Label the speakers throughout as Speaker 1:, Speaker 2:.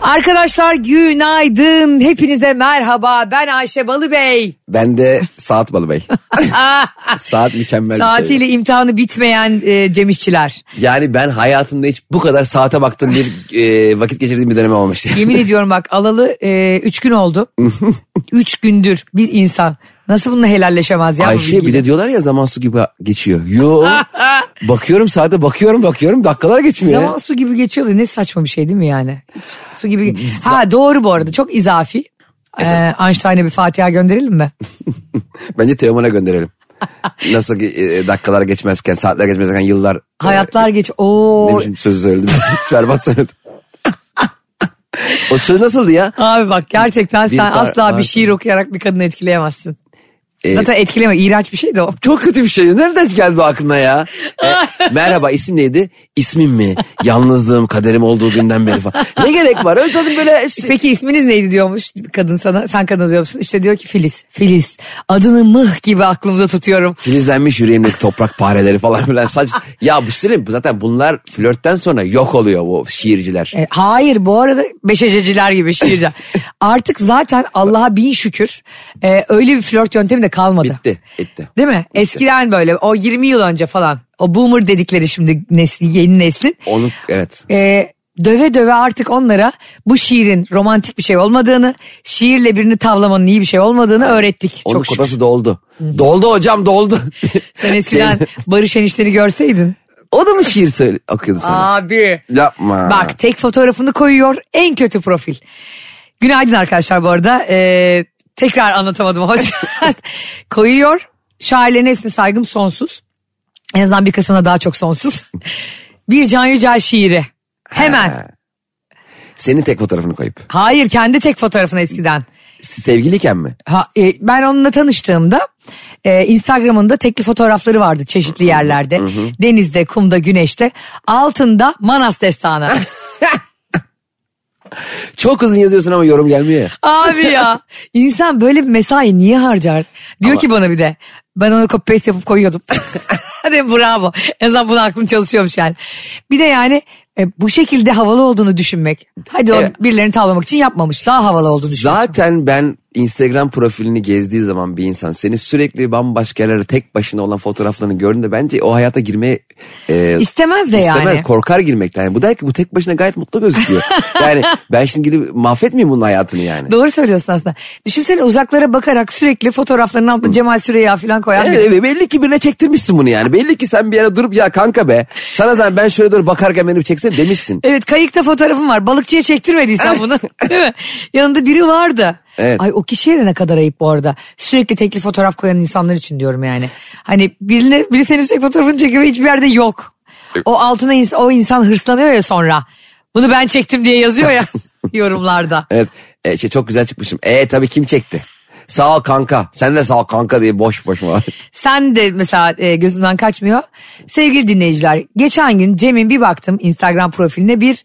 Speaker 1: Arkadaşlar günaydın. Hepinize merhaba. Ben Ayşe Balıbey.
Speaker 2: Ben de Saat Balıbey. Saat mükemmel bir şey.
Speaker 1: Saatiyle imtihanı bitmeyen e, Cem İşçiler.
Speaker 2: Yani ben hayatımda hiç bu kadar saate baktığım bir e, vakit geçirdiğim bir dönem olmamıştı.
Speaker 1: Yemin ediyorum bak alalı 3 gün oldu. 3 gündür bir insan. Nasıl bununla helalleşemez ya bu
Speaker 2: Ayşe bir
Speaker 1: bilgiyle?
Speaker 2: de diyorlar ya zaman su gibi geçiyor. Yo bakıyorum saate bakıyorum bakıyorum dakikalar geçmiyor.
Speaker 1: Zaman su gibi geçiyordu. Ne saçma bir şey değil mi yani? Hiç su gibi. Ha doğru bu arada. Çok izafi. Ee, Einstein'e bir Fatiha gönderelim mi?
Speaker 2: Bence Teoman'a gönderelim. Nasıl ki, e, dakikalar geçmezken saatler geçmezken yıllar.
Speaker 1: Hayatlar geç.
Speaker 2: E, ne
Speaker 1: Oo.
Speaker 2: biçim sözü söyledim. Berbat söyledim. o söz nasıldı ya?
Speaker 1: Abi bak gerçekten
Speaker 2: Bir
Speaker 1: sen
Speaker 2: par- E-
Speaker 1: asla
Speaker 2: par-
Speaker 1: bir şiir okuyarak bir kadını etkileyemezsin. Zaten etkileme iğrenç bir şey de o.
Speaker 2: Çok kötü bir şey. Nereden geldi bu aklına ya? E, merhaba isim neydi? İsmim mi? Yalnızlığım kaderim olduğu günden beri falan. Ne gerek var? Özledim böyle. şey-
Speaker 1: Peki isminiz neydi diyormuş kadın sana. Sen kadın diyor musun? İşte diyor ki Filiz. Filiz. Adını mıh gibi aklımda tutuyorum.
Speaker 2: Filizlenmiş yüreğimdeki toprak pareleri falan filan. Saç... Ya bu söyleyeyim zaten bunlar flörtten sonra yok oluyor bu şiirciler.
Speaker 1: E, hayır bu arada beşececiler gibi şiirci. Artık zaten Allah'a bin şükür e, öyle bir flört yöntemi de kalmadı.
Speaker 2: Bitti. Bitti.
Speaker 1: Değil mi? Eskiden böyle o 20 yıl önce falan o boomer dedikleri şimdi nesli, yeni neslin.
Speaker 2: Onu evet.
Speaker 1: e, döve döve artık onlara bu şiirin romantik bir şey olmadığını, şiirle birini tavlamanın iyi bir şey olmadığını öğrettik.
Speaker 2: Onun
Speaker 1: çok şükür.
Speaker 2: kotası doldu. Doldu hocam doldu.
Speaker 1: Sen eskiden
Speaker 2: Şey-
Speaker 1: Barış Enişte'ni görseydin.
Speaker 2: o da mı şiir söyle okuyordu sana?
Speaker 1: Abi.
Speaker 2: Yapma.
Speaker 1: Bak tek fotoğrafını koyuyor en kötü profil. Günaydın arkadaşlar bu arada. Ee, tekrar anlatamadım. Hoş geldin. koyuyor. Şairlerin hepsine saygım sonsuz. En azından bir kısmına daha çok sonsuz. Bir Can Yücel şiiri. Hemen.
Speaker 2: Senin tek fotoğrafını koyup.
Speaker 1: Hayır kendi tek fotoğrafına eskiden.
Speaker 2: Sevgiliyken mi?
Speaker 1: Ha, e, ben onunla tanıştığımda e, Instagram'ında tekli fotoğrafları vardı çeşitli yerlerde. Denizde, kumda, güneşte. Altında Manas destanı.
Speaker 2: Çok uzun yazıyorsun ama yorum gelmiyor ya.
Speaker 1: Abi ya insan böyle bir mesai niye harcar? Diyor ki bana bir de ben onu copy paste yapıp koyuyordum. Hadi bravo. En azından bunu aklım çalışıyormuş yani. Bir de yani e, bu şekilde havalı olduğunu düşünmek. Hadi o
Speaker 2: Evet.
Speaker 1: birilerini tavlamak için yapmamış. Daha havalı olduğunu düşünmek.
Speaker 2: Zaten ben Instagram profilini gezdiği zaman bir insan seni sürekli bambaşka yerlere tek başına olan fotoğraflarını gördüğünde bence o hayata girmeye e,
Speaker 1: İstemez de yani.
Speaker 2: istemez, korkar girmekten. Yani bu der ki bu tek başına gayet mutlu gözüküyor. yani ben şimdi gidip mahvetmeyeyim bunun hayatını yani.
Speaker 1: Doğru söylüyorsun aslında. Düşünsene uzaklara bakarak sürekli fotoğraflarının altında Cemal Süreya falan koyan biri.
Speaker 2: Evet, evet, Ee, belli ki birine çektirmişsin bunu yani. Belli ki sen bir yere durup ya kanka be sana zaten ben şöyle doğru bakarken beni bir çeksen demişsin.
Speaker 1: Evet kayıkta fotoğrafım var. Balıkçıya çektirmediysen bunu. Değil mi? Yanında biri vardı.
Speaker 2: Evet.
Speaker 1: Ay o kişiye de ne kadar ayıp bu arada. Sürekli tekli fotoğraf koyan insanlar için diyorum yani. Hani birine, biri senin sürekli fotoğrafını çekiyor ve hiçbir yerde yok. O altına ins- o insan hırslanıyor ya sonra. Bunu ben çektim diye yazıyor ya yorumlarda.
Speaker 2: Evet e, şey, çok güzel çıkmışım. E tabii kim çekti? Sağ ol kanka. Sen de sağ ol kanka diye boş boş muhabbet.
Speaker 1: Sen de mesela e, gözümden kaçmıyor. Sevgili dinleyiciler geçen gün Cem'in bir baktım Instagram profiline bir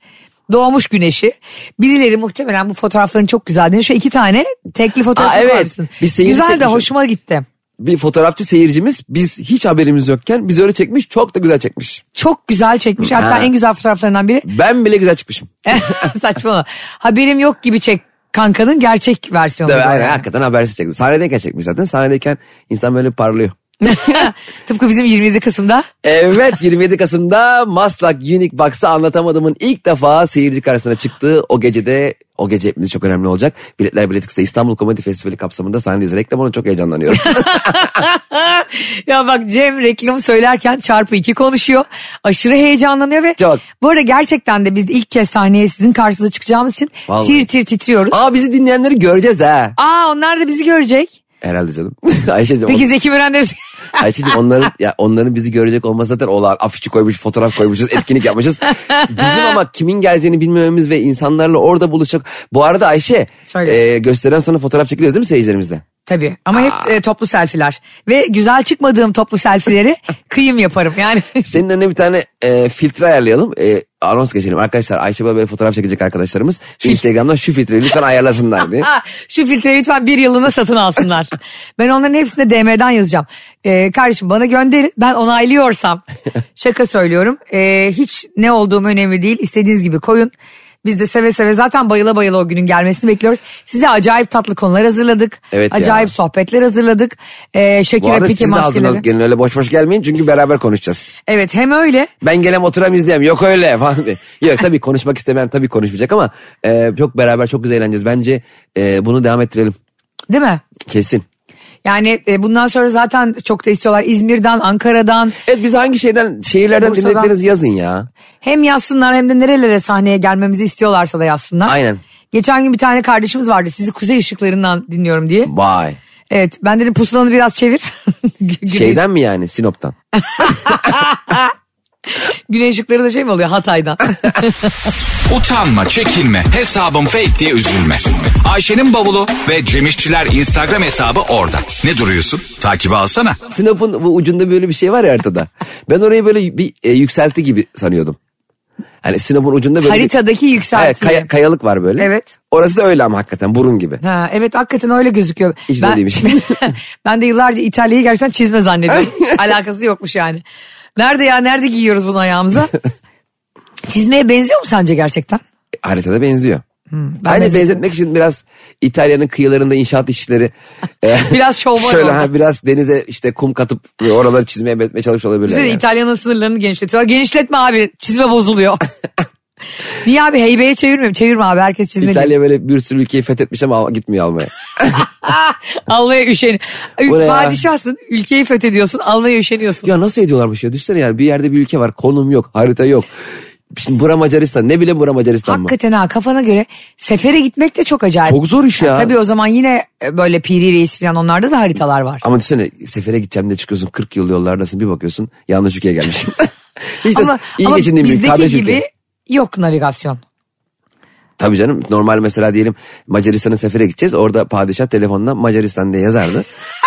Speaker 1: doğmuş güneşi. Birileri muhtemelen bu fotoğrafların çok güzel demiş. Şu iki tane tekli fotoğraf
Speaker 2: Aa, evet.
Speaker 1: koymuşsun.
Speaker 2: Bir seyirci
Speaker 1: Güzel de
Speaker 2: çekmiş.
Speaker 1: hoşuma gitti.
Speaker 2: bir fotoğrafçı seyircimiz biz hiç haberimiz yokken biz öyle çekmiş çok da güzel çekmiş.
Speaker 1: Çok güzel çekmiş. Hatta
Speaker 2: Ha.
Speaker 1: en güzel fotoğraflarından biri.
Speaker 2: Ben bile güzel çıkmışım.
Speaker 1: Saçmalama. Haberim yok gibi çek kankanın gerçek versiyonu.
Speaker 2: Tabii,
Speaker 1: bu
Speaker 2: aynen,
Speaker 1: yani.
Speaker 2: hakikaten habersiz çekti. Sahnedeyken çekmiş zaten. Sahnedeyken insan böyle parlıyor.
Speaker 1: Tıpkı bizim 27 Kasım'da
Speaker 2: Evet 27 Kasım'da Maslak Unique Box'ta anlatamadığımın ilk defa seyirci karşısına çıktığı o gecede o gece hepimiz çok önemli olacak. Biletler Biletix'te İstanbul Komedi Festivali kapsamında sahnedeyiz. Reklam onu çok heyecanlanıyorum.
Speaker 1: Ya bak Cem reklamı söylerken çarpı iki konuşuyor. Aşırı heyecanlanıyor ve
Speaker 2: Çok.
Speaker 1: bu arada gerçekten de biz ilk kez sahneye sizin karşınıza çıkacağımız için
Speaker 2: Vallahi.
Speaker 1: tir tir titriyoruz.
Speaker 2: Aa bizi dinleyenleri göreceğiz ha.
Speaker 1: Aa onlar da bizi görecek.
Speaker 2: Herhalde canım. Ayşe'cim,
Speaker 1: Peki Zeki Müren de
Speaker 2: Ayşe'cim onların, ya onların bizi görecek olması zaten olağan. Afişi koymuş, fotoğraf koymuşuz, etkinlik yapmışız. Bizim ama kimin geleceğini bilmememiz ve insanlarla orada buluşacak. Bu arada Ayşe,
Speaker 1: Söyle.
Speaker 2: e, gösteren sonra fotoğraf çekiliyoruz değil mi seyircilerimizle?
Speaker 1: Tabii ama hep e, toplu selfiler. Ve güzel çıkmadığım toplu selfileri kıyım yaparım yani.
Speaker 2: Senin önüne bir tane e, filtre ayarlayalım. E, anons geçelim. Arkadaşlar Ayşe Baba'ya fotoğraf çekecek arkadaşlarımız. Instagram'dan şu filtreyi lütfen ayarlasınlar diye.
Speaker 1: Ha, Şu filtreyi lütfen bir yılına satın alsınlar. ben onların hepsine DM'den yazacağım. Ee, kardeşim bana gönderin ben onaylıyorsam. Şaka söylüyorum. Ee, hiç ne olduğum önemli değil. İstediğiniz gibi koyun. Biz de seve seve zaten bayıla bayıla o günün gelmesini bekliyoruz. Size acayip tatlı konular hazırladık.
Speaker 2: Evet ya.
Speaker 1: acayip sohbetler hazırladık. Ee,
Speaker 2: Bu
Speaker 1: Şekil'e
Speaker 2: arada
Speaker 1: pike
Speaker 2: siz de hazırlanıp
Speaker 1: maskeleri.
Speaker 2: gelin öyle boş boş gelmeyin çünkü beraber konuşacağız.
Speaker 1: Evet hem öyle
Speaker 2: Ben gelem oturam izleyem yok öyle falan diye. Yok tabii konuşmak istemeyen tabii konuşmayacak ama e, çok beraber çok güzel eğleneceğiz. Bence e, bunu devam ettirelim
Speaker 1: değil mi?
Speaker 2: kesin.
Speaker 1: Yani e, bundan sonra zaten çok da istiyorlar İzmir'den, Ankara'dan.
Speaker 2: Evet biz hangi şeyden şehirlerden
Speaker 1: Bursa'dan.
Speaker 2: dinlediklerinizi yazın ya.
Speaker 1: Hem yazsınlar hem de nerelere sahneye gelmemizi istiyorlarsa da yazsınlar.
Speaker 2: Aynen.
Speaker 1: Geçen gün bir tane kardeşimiz vardı sizi kuzey ışıklarından dinliyorum diye.
Speaker 2: Vay.
Speaker 1: Evet ben dedim pusulanı biraz çevir. Gü-
Speaker 2: Şeyden mi yani Sinop'tan?
Speaker 1: Güney ışıkları da şey mi oluyor Hatay'dan.
Speaker 3: Utanma, çekinme, hesabım fake diye üzülme. Ayşe'nin bavulu ve Cemişçiler Instagram hesabı orada. Ne duruyorsun? Takibi alsana.
Speaker 2: Sinop'un bu ucunda böyle bir şey var ya haritada. Ben orayı böyle bir e, yükselti gibi sanıyordum. Hani Sinop'un ucunda böyle bir-
Speaker 1: Haritadaki yükselti.
Speaker 2: Evet, kaya- kayalık var böyle.
Speaker 1: Evet.
Speaker 2: Orası da öyle ama hakikaten burun gibi.
Speaker 1: Ha, evet hakikaten öyle gözüküyor.
Speaker 2: Hiç de şey. değilmiş.
Speaker 1: ben de yıllarca İtalya'yı gerçekten çizme zannediyorum. Alakası yokmuş yani. Nerede ya nerede giyiyoruz bunu ayağımıza? Çizmeye benziyor mu sence gerçekten?
Speaker 2: Haritada benziyor.
Speaker 1: Hmm, ben
Speaker 2: Aynı
Speaker 1: benzettim.
Speaker 2: benzetmek için biraz İtalya'nın kıyılarında inşaat işçileri e,
Speaker 1: Biraz şovvar
Speaker 2: şöyle
Speaker 1: oldu.
Speaker 2: ha, biraz denize işte kum katıp e, oraları çizmeye benzetmeye çalışmış olabilirler.
Speaker 1: Bize de
Speaker 2: yani.
Speaker 1: İtalya'nın sınırlarını genişletiyorlar. Genişletme abi çizme bozuluyor. Niye abi heybeye çevirmiyorum. Çevirme abi herkes çizme diyor.
Speaker 2: İtalya böyle bir sürü ülkeyi fethetmiş ama al- gitmiyor almaya.
Speaker 1: Ah, Almaya üşeni.
Speaker 2: Bu ne ya?
Speaker 1: Padişahsın ülkeyi fethediyorsun almaya üşeniyorsun.
Speaker 2: Ya nasıl ediyorlar bu şey? Düşünsene yani bir yerde bir ülke var. Konum yok, harita yok. Şimdi bura Macaristan. Ne bileyim bura Macaristan mı?
Speaker 1: Hakikaten ha kafana göre sefere gitmek de çok acayip.
Speaker 2: Çok zor iş ya.
Speaker 1: Tabii o zaman yine e, böyle Piri Reis falan onlarda da haritalar var.
Speaker 2: Ama düşünsene sefere gideceğim diye çıkıyorsun 40 yıl yollardasın bir bakıyorsun yanlış ülkeye gelmişsin. Hiç de
Speaker 1: ama,
Speaker 2: iyi
Speaker 1: ama
Speaker 2: geçindiğim bir
Speaker 1: bizdeki
Speaker 2: kardeş
Speaker 1: gibi
Speaker 2: ülke.
Speaker 1: yok navigasyon.
Speaker 2: Tabii canım normal mesela diyelim Macaristan'a sefere gideceğiz. Orada padişah telefonla Macaristan diye yazardı.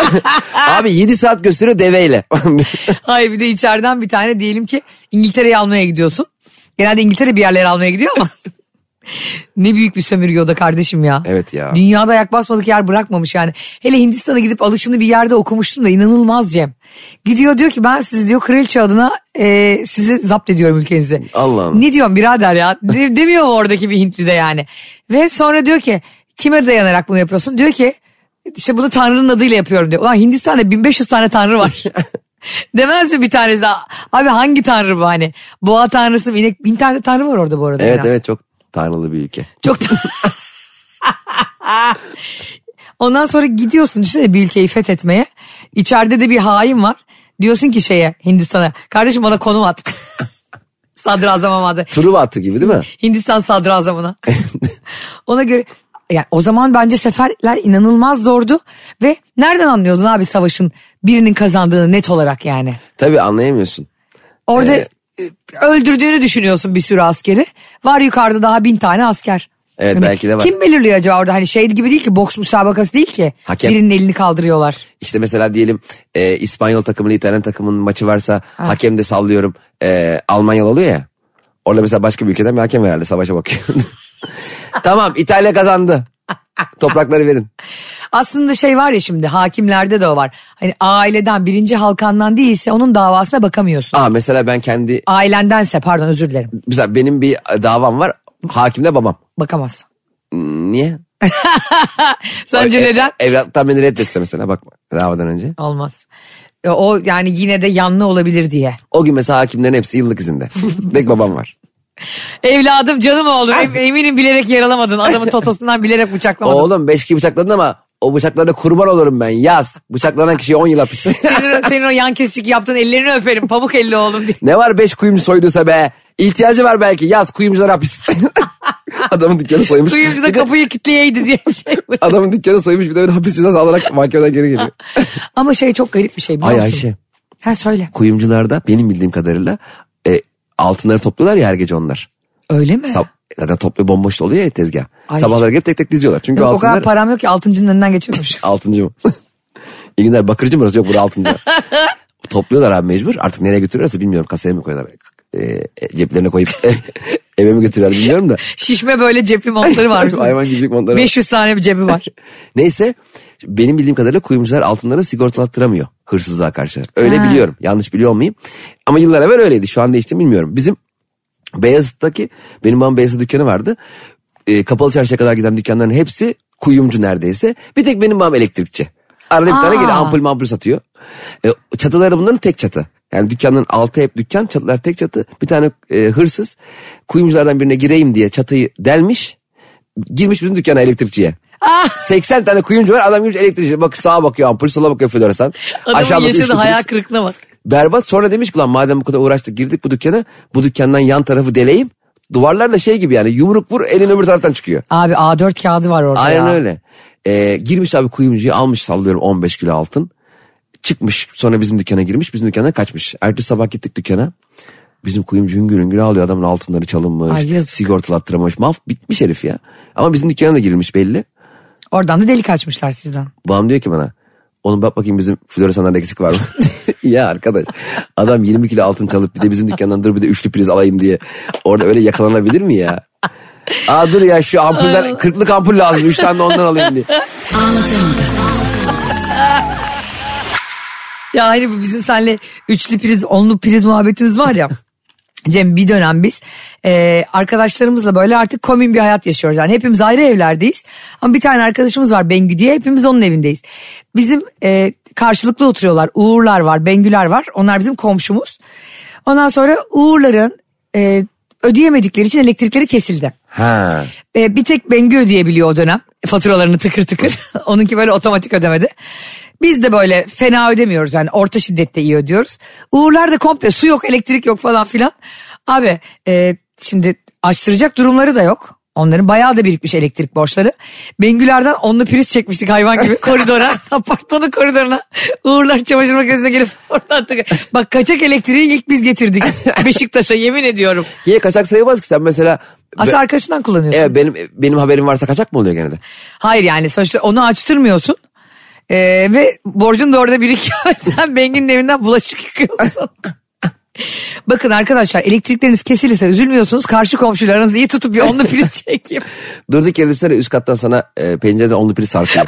Speaker 2: Abi 7 saat gösteriyor deveyle.
Speaker 1: Hayır bir de içeriden bir tane diyelim ki İngiltere'yi almaya gidiyorsun. Genelde İngiltere bir yerlere almaya gidiyor ama. ne büyük bir sömürge o da kardeşim ya.
Speaker 2: Evet ya.
Speaker 1: Dünyada ayak basmadık yer bırakmamış yani. Hele Hindistan'a gidip alışını bir yerde okumuştum da inanılmaz Cem. Gidiyor diyor ki ben sizi diyor kraliçe adına e, sizi zapt ediyorum ülkenize.
Speaker 2: Allah Allah.
Speaker 1: Ne diyorsun birader ya De- demiyor mu oradaki bir Hintli de yani. Ve sonra diyor ki kime dayanarak bunu yapıyorsun? Diyor ki işte bunu Tanrı'nın adıyla yapıyorum diyor. Ulan Hindistan'da 1500 tane Tanrı var. Demez mi bir tanesi de abi hangi tanrı bu hani boğa tanrısı mı inek bin tane tanrı var orada bu arada. en
Speaker 2: evet
Speaker 1: az.
Speaker 2: evet çok tanrılı bir ülke.
Speaker 1: Çok da... Ondan sonra gidiyorsun düşünsene bir ülkeyi fethetmeye. İçeride de bir hain var. Diyorsun ki şeye Hindistan'a. Kardeşim bana konum at. Sadrazam'a madde.
Speaker 2: Truva atı gibi değil mi?
Speaker 1: Hindistan sadrazamına. Ona göre yani o zaman bence seferler inanılmaz zordu. Ve nereden anlıyordun abi savaşın birinin kazandığını net olarak yani.
Speaker 2: Tabii anlayamıyorsun.
Speaker 1: Orada
Speaker 2: Ee,
Speaker 1: e, öldürdüğünü düşünüyorsun bir sürü askeri. Var yukarıda daha bin tane asker. Hani
Speaker 2: Evet, belki de var.
Speaker 1: Kim belirliyor acaba orada hani şey gibi değil ki boks müsabakası değil ki.
Speaker 2: Hakem.
Speaker 1: Birinin elini kaldırıyorlar.
Speaker 2: İşte mesela diyelim e, İspanyol takımıyla İtalyan takımının maçı varsa hakem de sallıyorum e, Almanyalı oluyor ya. Orada mesela başka bir ülkeden bir hakem herhalde savaşa bakıyor. tamam İtalya kazandı. Toprakları verin.
Speaker 1: Aslında şey var ya şimdi hakimlerde de o var. Hani aileden birinci halkandan değilse onun davasına bakamıyorsun.
Speaker 2: Aa mesela ben kendi
Speaker 1: Ailendense pardon özür dilerim
Speaker 2: mesela benim bir davam var. Hakim de babam.
Speaker 1: bakamaz.
Speaker 2: Niye?
Speaker 1: Sence
Speaker 2: E-
Speaker 1: neden?
Speaker 2: evlattan beni reddetse mesela bakma davadan önce.
Speaker 1: Olmaz. E, O yani yine de yanlı olabilir diye.
Speaker 2: O gün mesela hakimlerin hepsi yıllık izinde. Tek babam var.
Speaker 1: Evladım canım oğlum em- eminim bilerek yaralamadın. Adamın totosundan bilerek bıçaklamadın.
Speaker 2: Oğlum beş kişi bıçakladın ama o bıçaklarına kurban olurum ben. Yaz. Bıçaklanan kişiye 10 yıl hapis.
Speaker 1: senin, senin o yan kesicik yaptığın ellerini öperim pamuk elli oğlum diye.
Speaker 2: Ne var beş kuyumcu soyduysa be? İhtiyacı var belki. Yaz kuyumcular hapis. Adamın dükkanı soymuş.
Speaker 1: Kuyumcu da
Speaker 2: Bir de
Speaker 1: kapıyı kitleyeydi diye şey.
Speaker 2: Adamın dükkanı soymuş bir de böyle hapis cezası alarak mahkemeden geri geliyor.
Speaker 1: Ama şey çok garip bir şey biliyor
Speaker 2: Ay
Speaker 1: musun?
Speaker 2: Ayşe
Speaker 1: Ha söyle.
Speaker 2: kuyumcularda benim bildiğim kadarıyla e, altınları topluyorlar ya her gece onlar.
Speaker 1: Öyle mi?
Speaker 2: Sab- Zaten toplu bomboş da oluyor ya tezgah.
Speaker 1: Eh. Ay.
Speaker 2: Sabahlara gelip tek tek diziyorlar. Çünkü
Speaker 1: Yok, o
Speaker 2: altınlar...
Speaker 1: kadar param yok ki altıncının önünden geçemiyormuş.
Speaker 2: Altıncı mı? İyi günler bakırcı mı orası? Yok burada altıncı. Topluyorlar abi mecbur. Artık nereye götürüyorlarsa bilmiyorum. Kasaya mı koyuyorlar? Ee, ceplerine koyup eve mi götürüyorlar bilmiyorum da.
Speaker 1: Şişme böyle cepli montları varmış.
Speaker 2: Hayvan gibi montları var.
Speaker 1: 500 tane bir cebi var.
Speaker 2: Neyse benim bildiğim kadarıyla kuyumcular altınları sigortalattıramıyor hırsızlığa karşı. Öyle
Speaker 1: Ha.
Speaker 2: biliyorum. Yanlış biliyor muyum? Ama yıllar evvel öyleydi. Şu an değişti mi bilmiyorum. Bizim Beyazıt'taki benim babamın Beyazıt dükkanı vardı. Ee, kapalı çarşıya kadar giden dükkanların hepsi kuyumcu neredeyse. Bir tek benim babam elektrikçi. Arada bir tane
Speaker 1: Aa.
Speaker 2: gene ampul mampul satıyor. Ee, çatıları bunların tek çatı. Yani dükkanın altı hep dükkan, çatılar tek çatı. Bir tane e, hırsız kuyumculardan birine gireyim diye çatıyı delmiş. Girmiş bizim dükkana elektrikçiye.
Speaker 1: Ah,
Speaker 2: 80 tane kuyumcu var adam girmiş elektrikçi. Bak sağa bakıyor ampul sola bakıyor floresan. Aşağı
Speaker 1: Adamın
Speaker 2: bakıyor, üç
Speaker 1: yaşadığı hayal
Speaker 2: kutusu.
Speaker 1: kırıklığına bak.
Speaker 2: Berbat sonra demiş ki lan madem bu kadar uğraştık girdik bu dükkana. Bu dükkandan yan tarafı deleyim. Duvarlar da şey gibi yani yumruk vur elin öbür taraftan çıkıyor.
Speaker 1: Abi A4 kağıdı var orada
Speaker 2: Aynen
Speaker 1: ya.
Speaker 2: öyle. Ee, girmiş abi kuyumcuyu almış sallıyorum 15 kilo altın. Çıkmış sonra bizim dükkana girmiş bizim dükkana kaçmış. Ertesi sabah gittik dükkana. Bizim kuyumcu hüngür hüngür alıyor adamın altınları çalınmış.
Speaker 1: Ay yazık.
Speaker 2: Sigortalattıramamış. Maf bitmiş herif ya. Ama bizim dükkana da girilmiş belli.
Speaker 1: Oradan da delik açmışlar sizden.
Speaker 2: Babam diyor ki bana oğlum bak bakayım bizim floresanlarda eksik var mı? ya arkadaş adam 20 kilo altın çalıp bir de bizim dükkandan dur bir de üçlü priz alayım diye orada öyle yakalanabilir mi ya? Aa dur ya şu ampulden kırklık ampul lazım üç tane de ondan alayım diye.
Speaker 1: Ya hani bu bizim senle üçlü priz, onlu priz muhabbetimiz var ya. Cem bir dönem biz e, arkadaşlarımızla böyle artık komün bir hayat yaşıyoruz. Yani hepimiz ayrı evlerdeyiz. Ama bir tane arkadaşımız var Bengü diye hepimiz onun evindeyiz. Bizim e, karşılıklı oturuyorlar. Uğurlar var, Bengüler var. Onlar bizim komşumuz. Ondan sonra Uğurların e, ödeyemedikleri için elektrikleri kesildi.
Speaker 2: Ha.
Speaker 1: E, bir tek Bengü ödeyebiliyor o dönem faturalarını tıkır tıkır. Onunki böyle otomatik ödemedi. Biz de böyle fena ödemiyoruz yani orta şiddette iyi ödüyoruz. Uğurlar da komple su yok elektrik yok falan filan. Abi e, şimdi açtıracak durumları da yok. Onların bayağı da birikmiş elektrik borçları. Bengülerden onunla priz çekmiştik hayvan gibi koridora, apartmanın koridoruna. Uğurlar çamaşır makinesine gelip oradan tıkır. Bak kaçak elektriği ilk biz getirdik Beşiktaş'a yemin ediyorum.
Speaker 2: Niye kaçak sayılmaz ki sen mesela?
Speaker 1: Aslında
Speaker 2: Be-
Speaker 1: arkadaşından kullanıyorsun.
Speaker 2: Evet, benim benim haberim varsa kaçak mı oluyor gene de?
Speaker 1: Hayır yani sonuçta onu açtırmıyorsun. Ee, ve borcun da orada birikiyor. Sen Bengi'nin evinden bulaşık yıkıyorsun. Bakın arkadaşlar elektrikleriniz kesilirse üzülmüyorsunuz. Karşı komşularınızı iyi tutup bir onlu priz çekeyim.
Speaker 2: Durduk yere düşsene üst kattan sana e, pencereden onlu priz sarkıyor.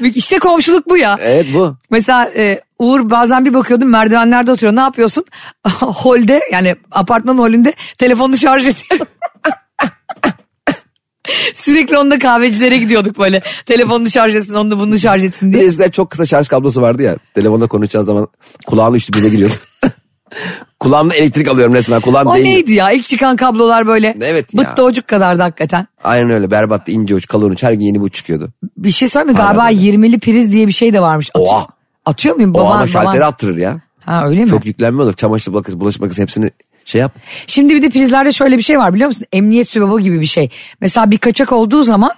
Speaker 1: işte komşuluk bu ya.
Speaker 2: evet bu.
Speaker 1: Mesela e, Uğur bazen bir bakıyordum merdivenlerde oturuyor. Ne yapıyorsun? Holde yani apartmanın holünde telefonunu şarj ediyor. Sürekli onda kahvecilere gidiyorduk böyle. Telefonunu şarj etsin, onu da bunu şarj etsin
Speaker 2: Bir
Speaker 1: diye.
Speaker 2: de Hani eskiden çok kısa şarj kablosu vardı ya. Telefonda konuşacağı zaman kulağın üstü bize giriyordu. Kulağımda elektrik alıyorum resmen. Kulağım
Speaker 1: O
Speaker 2: değmiyor.
Speaker 1: neydi ya? İlk çıkan kablolar böyle
Speaker 2: Evet ya.
Speaker 1: bıt doğucuk kadardı hakikaten.
Speaker 2: Aynen öyle berbattı ince uç kalın uç her gün yeni bu çıkıyordu.
Speaker 1: Bir şey söyleyeyim mi?
Speaker 2: Hala
Speaker 1: Galiba
Speaker 2: böyle.
Speaker 1: 20'li priz diye bir şey de varmış. Atıyor,
Speaker 2: Oha.
Speaker 1: atıyor muyum?
Speaker 2: O
Speaker 1: Baban,
Speaker 2: ama şalteri
Speaker 1: baban-
Speaker 2: attırır ya.
Speaker 1: Ha öyle mi?
Speaker 2: Çok yüklenme olur. Çamaşır makinesi, bulaşık makinesi hepsini şey yap.
Speaker 1: Şimdi bir de prizlerde şöyle bir şey var biliyor musun? Emniyet sübaba gibi bir şey. Mesela bir kaçak olduğu zaman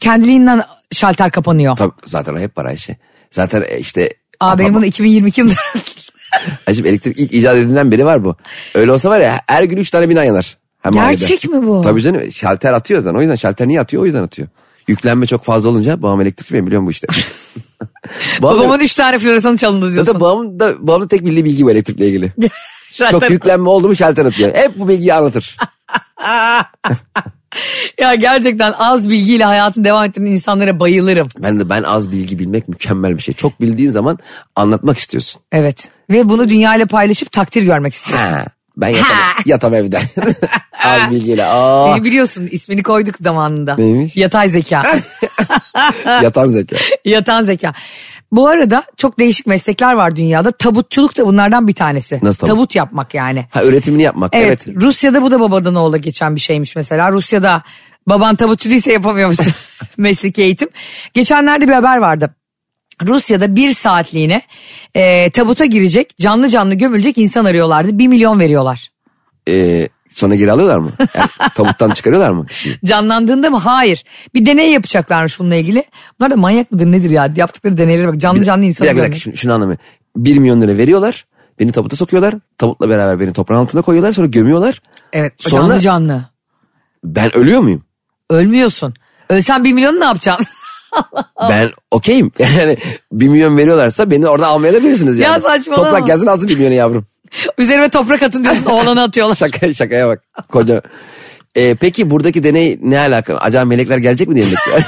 Speaker 1: kendiliğinden şalter kapanıyor.
Speaker 2: Tabii zaten hep para işi. Zaten e, işte
Speaker 1: Aa benim bunu 2022 yılında.
Speaker 2: Acım elektrik ilk icat edilinden beri var bu. Öyle olsa var ya her gün üç tane bina yanar. Hem
Speaker 1: Gerçek mi bu?
Speaker 2: Tabii canım e, şalter atıyor zaten. O yüzden şalter niye atıyor? O yüzden atıyor. Yüklenme çok fazla olunca babam elektrikçi benim biliyorum bu işte.
Speaker 1: Babamın 3 tane floresanı çalındı
Speaker 2: Zaten
Speaker 1: diyorsun.
Speaker 2: babamın da, babamın tek bildiği bilgi bu elektrikle ilgili.
Speaker 1: Şalter-
Speaker 2: Çok yüklenme oldu mu şalter atıyor. Hep bu bilgiyi anlatır.
Speaker 1: Ya gerçekten az bilgiyle hayatını devam ettiren insanlara bayılırım.
Speaker 2: Ben de ben az bilgi bilmek mükemmel bir şey. Çok bildiğin zaman anlatmak istiyorsun.
Speaker 1: Evet. Ve bunu dünyayla paylaşıp takdir görmek istiyorum.
Speaker 2: Ha, ben yatam,
Speaker 1: Ha.
Speaker 2: yatam evden. az bilgiyle. Aa,
Speaker 1: Seni biliyorsun ismini koyduk zamanında.
Speaker 2: Ah. Neymiş?
Speaker 1: Yatay zeka.
Speaker 2: yatan zeka.
Speaker 1: Yatan zeka. Bu arada çok değişik meslekler var dünyada. Tabutçuluk da bunlardan bir tanesi.
Speaker 2: Nasıl tabut?
Speaker 1: Tabut yapmak yani.
Speaker 2: Ha, üretimini yapmak. Evet.
Speaker 1: Evet, Rusya'da bu da babadan oğula geçen bir şeymiş mesela. Rusya'da baban tabutçu değilse yapamıyormuş mesleki eğitim. Geçenlerde bir haber vardı. Rusya'da bir saatliğine e, tabuta girecek canlı canlı gömülecek insan arıyorlardı. Bir milyon veriyorlar.
Speaker 2: Ee, sonra geri alıyorlar mı? Yani, tabuttan çıkarıyorlar mı? şey. kişiyi?
Speaker 1: Canlandığında mı? Hayır. Bir deney yapacaklarmış bununla ilgili. Bunlar da manyak mıdır nedir ya? Yaptıkları deneylere bak. Canlı canlı
Speaker 2: bir
Speaker 1: insan
Speaker 2: dakika, bir dakika
Speaker 1: arıyorlar.
Speaker 2: şunu, şunu anlamıyorum. 1 milyon lira veriyorlar. Beni tabuta sokuyorlar. Tabutla beraber beni toprağın altına koyuyorlar. Sonra gömüyorlar.
Speaker 1: Evet.
Speaker 2: Sonra-
Speaker 1: Canlı canlı.
Speaker 2: Ben ölüyor muyum?
Speaker 1: Ölmüyorsun. Ölsen bir milyonu ne yapacaksın? Ah.
Speaker 2: Ben okeyim. Yani bir milyon veriyorlarsa beni orada almaya da bilirsiniz
Speaker 1: Ya
Speaker 2: yani.
Speaker 1: saçmalama.
Speaker 2: Toprak yazın alsın bir milyonu yavrum.
Speaker 1: Üzerime toprak atın diyorsun oğlanı atıyorlar.
Speaker 2: Şaka, şakaya bak. Koca. Ee, peki buradaki deney ne alaka? Acaba melekler gelecek mi diye mi bekliyor?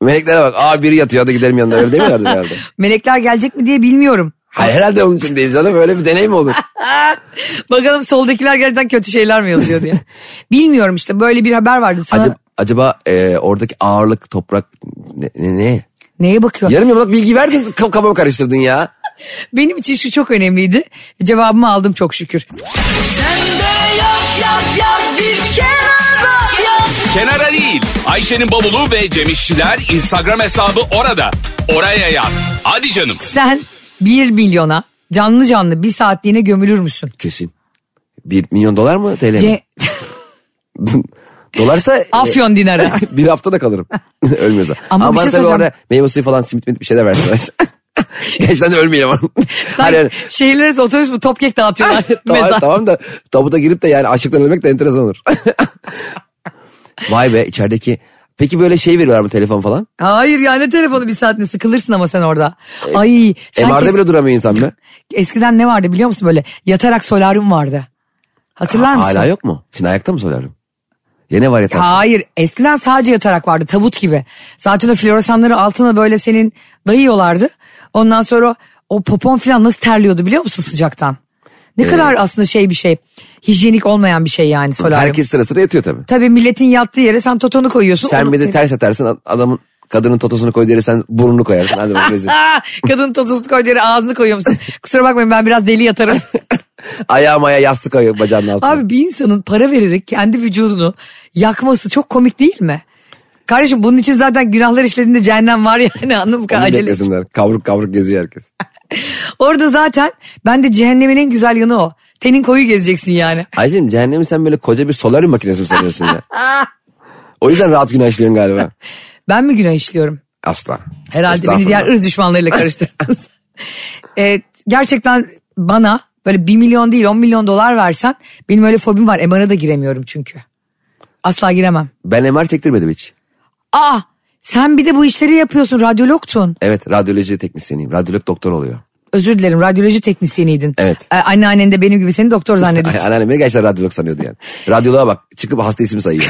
Speaker 2: Meleklere bak. Aa biri yatıyor hadi gidelim yanına. Öyle demiyorlardı herhalde.
Speaker 1: Melekler gelecek mi diye bilmiyorum.
Speaker 2: Hayır herhalde onun için değil canım. Öyle bir deney mi olur?
Speaker 1: Bakalım soldakiler gerçekten kötü şeyler mi yazıyor diye. bilmiyorum işte böyle bir haber vardı. Sana
Speaker 2: Acaba, acaba e, oradaki ağırlık, toprak ne? ne- ne?
Speaker 1: neye bakıyor?
Speaker 2: Yarım yamalak bilgi verdin kaf- kafamı karıştırdın ya.
Speaker 1: Benim için şu çok önemliydi. Cevabımı aldım çok şükür.
Speaker 3: Kenara değil. Ayşe'nin bavulu ve Cemişçiler Instagram hesabı orada. Oraya yaz. Hadi canım.
Speaker 1: Sen 1 milyona canlı canlı bir saatliğine gömülür müsün?
Speaker 2: Kesin. Bir milyon dolar mı TL mi?
Speaker 1: Ce-
Speaker 2: Dolarsa e,
Speaker 1: Afyon dinarı.
Speaker 2: bir haftada kalırım. Ölmüyorsa.
Speaker 1: Ama
Speaker 2: Ama,
Speaker 1: bir
Speaker 2: bana
Speaker 1: şey
Speaker 2: tabii
Speaker 1: soracağım.
Speaker 2: orada meyve suyu falan simit mit bir şeyler versinler. Gerçekten de ölmeyelim ama. Hani yani-
Speaker 1: Hayır. Şehirler arası otobüs bu top kek dağıtıyorlar.
Speaker 2: tamam,
Speaker 1: Mezar.
Speaker 2: tamam da tabuta girip de yani açlıktan ölmek de enteresan olur. Vay be içerideki. Peki böyle şey veriyorlar mı telefon falan?
Speaker 1: Hayır ya ne telefonu bir saatine sıkılırsın ama sen orada. Ay sen
Speaker 2: MR'de
Speaker 1: kes-
Speaker 2: E, bile duramıyor insan be.
Speaker 1: eskiden ne vardı biliyor musun böyle yatarak solaryum vardı. Hatırlar mısın?
Speaker 2: Hala yok mu? Şimdi ayakta mı soruyorum? Yine var yatarsın.
Speaker 1: Hayır eskiden sadece yatarak vardı tabut gibi. Zaten o floresanları altına böyle senin dayıyorlardı. Ondan sonra o popon falan nasıl terliyordu biliyor musun sıcaktan? Ne
Speaker 2: E,
Speaker 1: kadar aslında şey bir şey hijyenik olmayan bir şey yani solaryum.
Speaker 2: Herkes sıra sıra yatıyor tabii.
Speaker 1: Tabii milletin yattığı yere sen totonu koyuyorsun.
Speaker 2: Sen
Speaker 1: onu-
Speaker 2: bir de ters atarsın adamın kadının totosunu koy diye sen burnunu koyarsın. Hadi bak rezil.
Speaker 1: Aa, Kadının totosunu koyduğu yere ağzını koyuyor musun? Kusura bakmayın ben biraz deli yatarım.
Speaker 2: Ayağı maya yastık koyuyor bacağının altına.
Speaker 1: Abi bir insanın para vererek kendi vücudunu yakması çok komik değil mi? Kardeşim bunun için zaten günahlar işlediğinde cehennem var yani anladın mı? Bu kadar
Speaker 2: Onu
Speaker 1: acele.
Speaker 2: beklesinler. Kavruk kavruk geziyor herkes.
Speaker 1: Orada zaten ben de cehennemin en güzel yanı o. Tenin koyu gezeceksin yani.
Speaker 2: Ayşe'cim cehennemi sen böyle koca bir solaryum makinesi mi sanıyorsun ya? o yüzden rahat gün işliyorsun galiba.
Speaker 1: Ben mi günah işliyorum?
Speaker 2: Asla.
Speaker 1: Herhalde beni
Speaker 2: Estağfurullah.
Speaker 1: diğer ırz düşmanlarıyla karıştırdınız. Ee, gerçekten bana böyle 1 milyon değil 10 milyon dolar versen benim öyle fobim var. MR'a da giremiyorum çünkü. Asla giremem.
Speaker 2: Ben MR çektirmedim hiç.
Speaker 1: Aa sen bir de bu işleri yapıyorsun radyologtun.
Speaker 2: Evet radyoloji teknisyeniyim. Radyolog doktor oluyor.
Speaker 1: Özür dilerim radyoloji teknisyeniydin.
Speaker 2: Evet.
Speaker 1: Ee, anneannen de benim gibi seni doktor
Speaker 2: Ay,
Speaker 1: zannediyor.
Speaker 2: anneannem beni gerçekten radyolog sanıyordu yani. Radyoloğa bak çıkıp hasta isim sayıyor.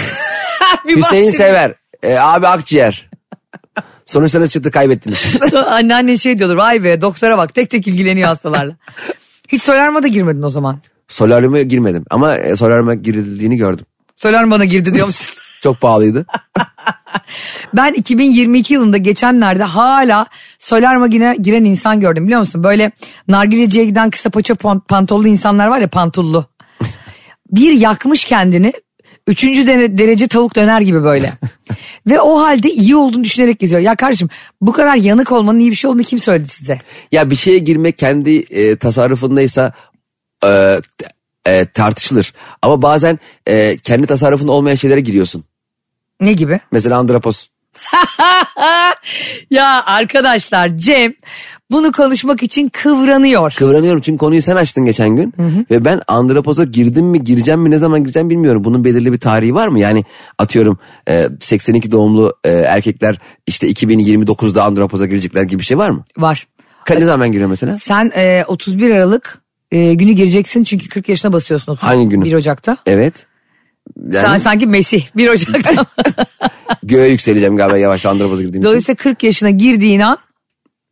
Speaker 1: Bir bak
Speaker 2: Hüseyin
Speaker 1: şimdi.
Speaker 2: Sever. e, abi akciğer. Sonuçlarına çıktı kaybettiniz.
Speaker 1: Sonra Anneannen şey diyordur vay be doktora bak tek tek ilgileniyor hastalarla. Hiç solaryuma da girmedin o zaman.
Speaker 2: Solaryuma girmedim ama e, solaryuma girildiğini gördüm.
Speaker 1: Solaryuma da girdi diyor musun?
Speaker 2: Çok pahalıydı.
Speaker 1: Ben 2022 yılında geçenlerde hala solaryuma gire- giren insan gördüm biliyor musun? Böyle nargileciye giden kısa paça pon- pantollu insanlar var ya pantollu. Bir yakmış kendini üçüncü dere- derece tavuk döner gibi böyle. Ve o halde iyi olduğunu düşünerek geziyor. Ya kardeşim bu kadar yanık olmanın iyi bir şey olduğunu kim söyledi size?
Speaker 2: ya bir şeye girmek kendi e, tasarrufundaysa e, t- e, tartışılır. Ama bazen e, kendi tasarrufunda olmayan şeylere giriyorsun.
Speaker 1: Ne gibi?
Speaker 2: Mesela andrapos.
Speaker 1: Ya arkadaşlar Cem bunu konuşmak için kıvranıyor.
Speaker 2: Kıvranıyorum çünkü konuyu sen açtın geçen gün. Ve ben andraposa girdim mi gireceğim mi ne zaman gireceğim bilmiyorum. Bunun belirli bir tarihi var mı? Yani atıyorum e, 82 doğumlu e, erkekler işte 2029'da andraposa girecekler gibi bir şey var mı?
Speaker 1: Var.
Speaker 2: Ka- Ne zaman giriyor mesela?
Speaker 1: Sen e, 31 Aralık e, günü gireceksin çünkü 40 yaşına basıyorsun. 30,
Speaker 2: Hangi günü?
Speaker 1: 1 Ocak'ta.
Speaker 2: Evet. Yani
Speaker 1: Sen sanki Mesih 1 Ocak'ta.
Speaker 2: göğe yükseleceğim galiba yavaş andropoza girdiğim için.
Speaker 1: Dolayısıyla 40 yaşına girdiğin an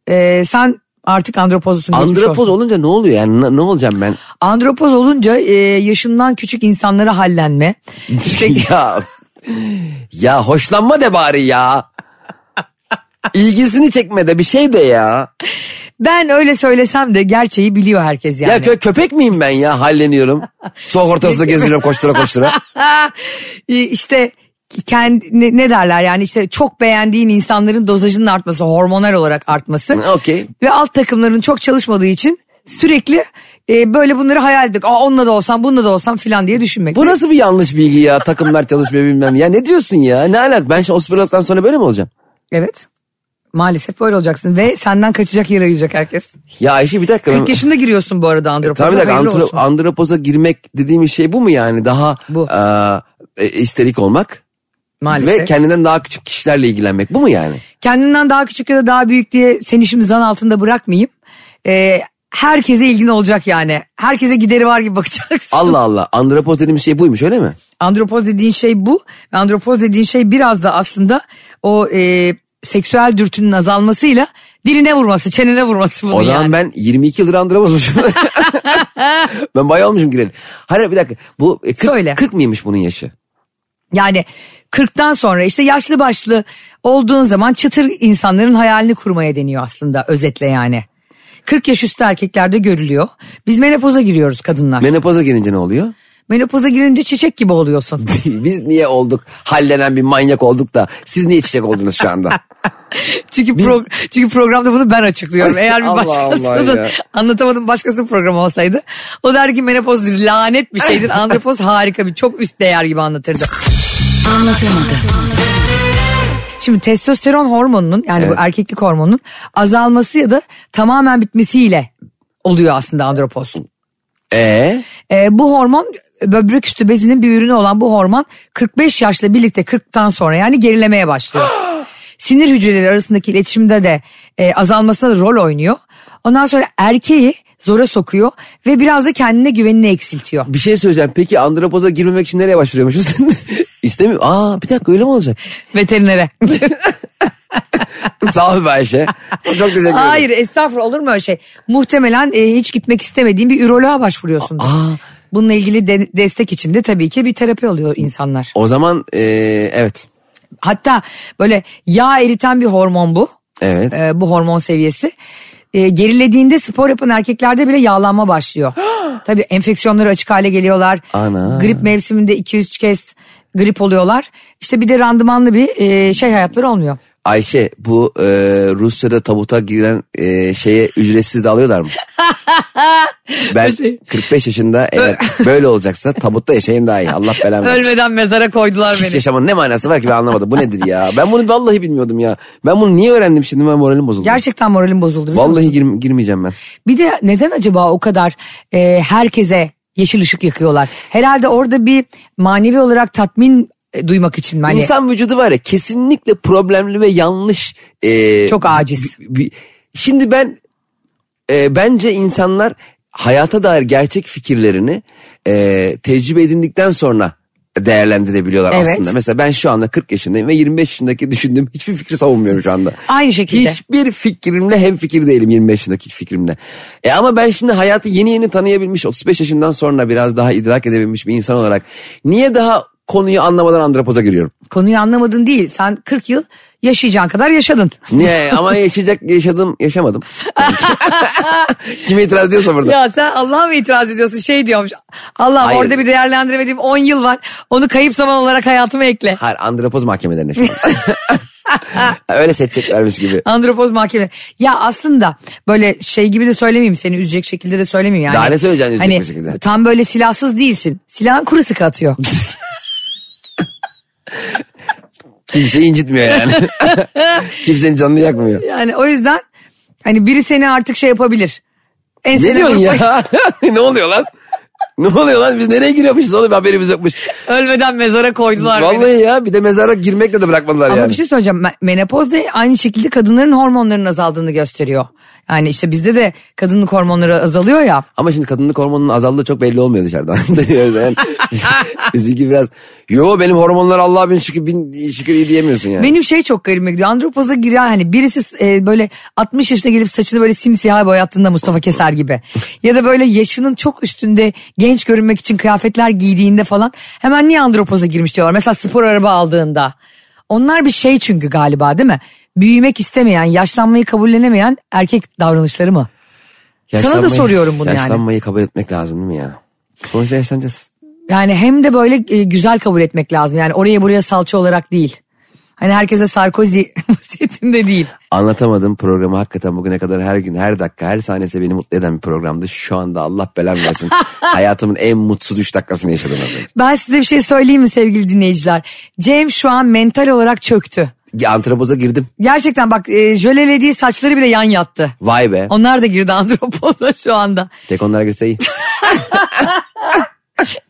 Speaker 1: e, sen artık andropozsun. geçmiş
Speaker 2: Andropoz
Speaker 1: olsun.
Speaker 2: olunca ne oluyor yani ne, ne olacağım ben?
Speaker 1: Andropoz olunca e, yaşından küçük insanlara hallenme. İşte
Speaker 2: ya ya hoşlanma de bari ya. İlgisini çekme de bir şey de ya.
Speaker 1: ben öyle söylesem de gerçeği biliyor herkes yani.
Speaker 2: Ya kö- köpek miyim ben ya halleniyorum. Sokak ortasında geziyorum koştura koştura.
Speaker 1: E, işte kendi ne, ne derler yani işte çok beğendiğin insanların dozajının artması hormonal olarak artması.
Speaker 2: Okey.
Speaker 1: Ve alt takımların çok çalışmadığı için sürekli e, böyle bunları hayal etmek. Aa onunla da olsam bununla da olsam filan diye düşünmek.
Speaker 2: Bu nasıl bir yanlış bilgi ya takımlar çalışmıyor bilmem. Ya ne diyorsun ya ne alak ben şimdi Osmanlıktan sonra böyle mi olacağım?
Speaker 1: Evet. Maalesef böyle olacaksın ve senden kaçacak yer arayacak herkes.
Speaker 2: Ya Ayşe bir dakika. ben-
Speaker 1: 40 yaşında giriyorsun
Speaker 2: E,
Speaker 1: bu arada andropoza.
Speaker 2: Tamam bir dakika
Speaker 1: hayırlı
Speaker 2: antro-
Speaker 1: olsun.
Speaker 2: andropoza girmek dediğim şey bu mu yani? Daha
Speaker 1: Bu.
Speaker 2: e, e, isterik olmak
Speaker 1: maalesef.
Speaker 2: ve kendinden daha küçük kişilerle ilgilenmek. Bu mu yani?
Speaker 1: Kendinden daha küçük ya da daha büyük diye seni şimdi zan altında bırakmayayım. Ee, herkese ilgin olacak yani. Herkese gideri var gibi bakacaksın.
Speaker 2: Allah Allah. Andropoz dediğimiz şey buymuş öyle mi?
Speaker 1: Andropoz dediğin şey bu. Ve Andropoz dediğin şey biraz da aslında o e, seksüel dürtünün azalmasıyla diline vurması, çenene vurması bunu
Speaker 2: O zaman
Speaker 1: yani.
Speaker 2: ben 22 yıldır andıramamışım. ben bayağı olmuşum gireli. Hayır bir dakika. Bu e, 40,
Speaker 1: Söyle.
Speaker 2: 40 mıymış bunun yaşı?
Speaker 1: Yani 40'tan sonra işte yaşlı başlı olduğun zaman çıtır insanların hayalini kurmaya deniyor aslında özetle yani. 40 yaş üstü erkeklerde görülüyor. Biz menopoza giriyoruz kadınlar.
Speaker 2: Menopoza gelince ne oluyor?
Speaker 1: menopoza girince çiçek gibi oluyorsun.
Speaker 2: Biz niye olduk? Hallenen bir manyak olduk da siz niye çiçek oldunuz şu anda?
Speaker 1: Çünkü pro- çünkü programda bunu ben açıklıyorum. Eğer bir
Speaker 2: Allah Allah
Speaker 1: başkasının
Speaker 2: ya.
Speaker 1: anlatamadım başkasının programı olsaydı. O der ki menopoz lanet bir şeydir. Andropoz harika bir çok üst değer gibi anlatırdı.
Speaker 4: Anlatamadım.
Speaker 1: Şimdi testosteron hormonunun yani bu erkeklik hormonunun azalması ya da tamamen bitmesiyle oluyor aslında andropoz.
Speaker 2: Ee,
Speaker 1: Ee, bu hormon böbrek üstü bezinin bir ürünü olan bu hormon 45 yaşla birlikte 40'tan sonra yani gerilemeye başlıyor. Sinir hücreleri arasındaki iletişimde de e, azalmasına da rol oynuyor. Ondan sonra erkeği zora sokuyor ve biraz da kendine güvenini eksiltiyor.
Speaker 2: bir şey söyleyeceğim. Peki andropoza girmemek için nereye başvuruyormuşuz? İstemiyor. Aa bir dakika öyle mi olacak?
Speaker 1: Veterinere.
Speaker 2: Sağ ol be Ayşe. Çok teşekkür ederim.
Speaker 1: Hayır estağfurullah olur mu öyle şey? Muhtemelen e, hiç gitmek istemediğin bir üroloğa başvuruyorsun. Bununla ilgili de- destek için de tabii ki bir terapi alıyor insanlar.
Speaker 2: O zaman ee, evet.
Speaker 1: Hatta böyle yağ eriten bir hormon bu.
Speaker 2: Evet.
Speaker 1: e, bu hormon seviyesi. E, gerilediğinde spor yapan erkeklerde bile yağlanma başlıyor. Tabii enfeksiyonları açık hale geliyorlar.
Speaker 2: Ana.
Speaker 1: Grip mevsiminde 2-3 kez grip oluyorlar. İşte bir de randımanlı bir e, şey hayatları olmuyor.
Speaker 2: Ayşe bu ee, Rusya'da tabuta giren ee, şeye ücretsiz de alıyorlar mı? Ben
Speaker 1: Şey-
Speaker 2: 45 yaşında evet böyle olacaksa tabutta yaşayayım daha iyi. Allah belamı versin.
Speaker 1: Ölmeden mezara koydular
Speaker 2: Hiç
Speaker 1: beni.
Speaker 2: yaşamanın ne manası var ki ben anlamadım. Bu nedir ya? Ben bunu vallahi bilmiyordum ya. Ben bunu niye öğrendim şimdi ben moralim bozuldu.
Speaker 1: Gerçekten moralim bozuldu. biliyor musun?
Speaker 2: Vallahi gir- girmeyeceğim ben.
Speaker 1: Bir de neden acaba o kadar e, herkese yeşil ışık yakıyorlar? Herhalde orada bir manevi olarak tatmin e, duymak için. mi? Hani
Speaker 2: İnsan vücudu var ya kesinlikle problemli ve yanlış. e,
Speaker 1: Çok aciz.
Speaker 2: bi- bi- şimdi ben e, bence insanlar hayata dair gerçek fikirlerini e, tecrübe edindikten sonra değerlendirebiliyorlar
Speaker 1: Evet.
Speaker 2: aslında. Mesela ben şu anda 40 yaşındayım ve 25 yaşındaki düşündüğüm hiçbir fikri savunmuyorum şu anda.
Speaker 1: Aynı şekilde.
Speaker 2: Hiçbir fikrimle hem fikir değilim 25 yaşındaki fikrimle. E ama ben şimdi hayatı yeni yeni tanıyabilmiş 35 yaşından sonra biraz daha idrak edebilmiş bir insan olarak niye daha konuyu anlamadan andropoza giriyorum?
Speaker 1: konuyu anlamadın değil. Sen 40 yıl yaşayacağın kadar yaşadın.
Speaker 2: Niye ama yaşayacak yaşadım yaşamadım. Kime itiraz ediyorsa burada.
Speaker 1: Ya sen Allah'a mı itiraz ediyorsun? Şey diyormuş. Allah
Speaker 2: Hayır.
Speaker 1: orada bir değerlendiremediğim 10 yıl var. Onu kayıp zaman olarak hayatıma ekle.
Speaker 2: Hayır andropoz mahkemelerine şu an. Öyle seçeceklermiş gibi.
Speaker 1: Andropoz mahkeme. Ya aslında böyle şey gibi de söylemeyeyim seni üzecek şekilde de söylemeyeyim yani.
Speaker 2: Daha ne söyleyeceksin üzecek
Speaker 1: Hani
Speaker 2: bir şekilde?
Speaker 1: tam böyle silahsız değilsin. Silahın kuru sıkı atıyor.
Speaker 2: Kimse incitmiyor yani. Kimsenin canını yakmıyor.
Speaker 1: yani o yüzden hani biri seni artık şey yapabilir.
Speaker 2: Ne
Speaker 1: Ensene
Speaker 2: diyorsun
Speaker 1: vurup-
Speaker 2: ya? ne oluyor lan? Ne oluyor lan? Biz nereye giriyormuşuz oğlum haberimiz yokmuş.
Speaker 1: Ölmeden mezara koydular beni.
Speaker 2: Vallahi ya bir de mezara girmekle de bırakmadılar
Speaker 1: Ama
Speaker 2: yani.
Speaker 1: bir şey söyleyeceğim. Me- Menopoz da aynı şekilde kadınların hormonlarının azaldığını gösteriyor. Yani işte bizde de kadının hormonları azalıyor ya.
Speaker 2: Ama şimdi kadınlık hormonunun azaldığı çok belli olmuyor dışarıdan. yani biz- bizimki biraz yo benim hormonlar Allah'a bin şükür, bin şükür iyi diyemiyorsun yani.
Speaker 1: Benim şey çok garibime gidiyor. Andropoza giren hani birisi e, böyle 60 yaşına gelip saçını böyle simsiyah boyattığında Mustafa Keser gibi. ya da böyle yaşının çok üstünde genç görünmek için kıyafetler giydiğinde falan hemen niye andropoza girmiş diyorlar. Mesela spor araba aldığında. Onlar bir şey çünkü galiba değil mi? Büyümek istemeyen, yaşlanmayı kabullenemeyen erkek davranışları mı? Sana da
Speaker 2: Yaşlanmayı-
Speaker 1: soruyorum bunu yani.
Speaker 2: Yaşlanmayı kabul etmek lazım değil mi ya? Sonuçta yaşlanacağız.
Speaker 1: Yani hem de böyle e, güzel kabul etmek lazım. Yani oraya buraya salça olarak değil. Hani herkese Sarkozy vasiyetinde değil.
Speaker 2: Anlatamadım programı hakikaten bugüne kadar her gün her dakika her saniyesi beni mutlu eden bir programdı. Şu anda Allah belamı versin. Hayatımın en mutsuz 3 dakikasını yaşadım. az önce.
Speaker 1: Ben size bir şey söyleyeyim mi sevgili dinleyiciler? Cem şu an mental olarak çöktü.
Speaker 2: Antropoza girdim.
Speaker 1: Gerçekten bak e, jölelediği saçları bile yan yattı.
Speaker 2: Vay be.
Speaker 1: Onlar da girdi andropoza şu anda.
Speaker 2: Tek onlara girse iyi.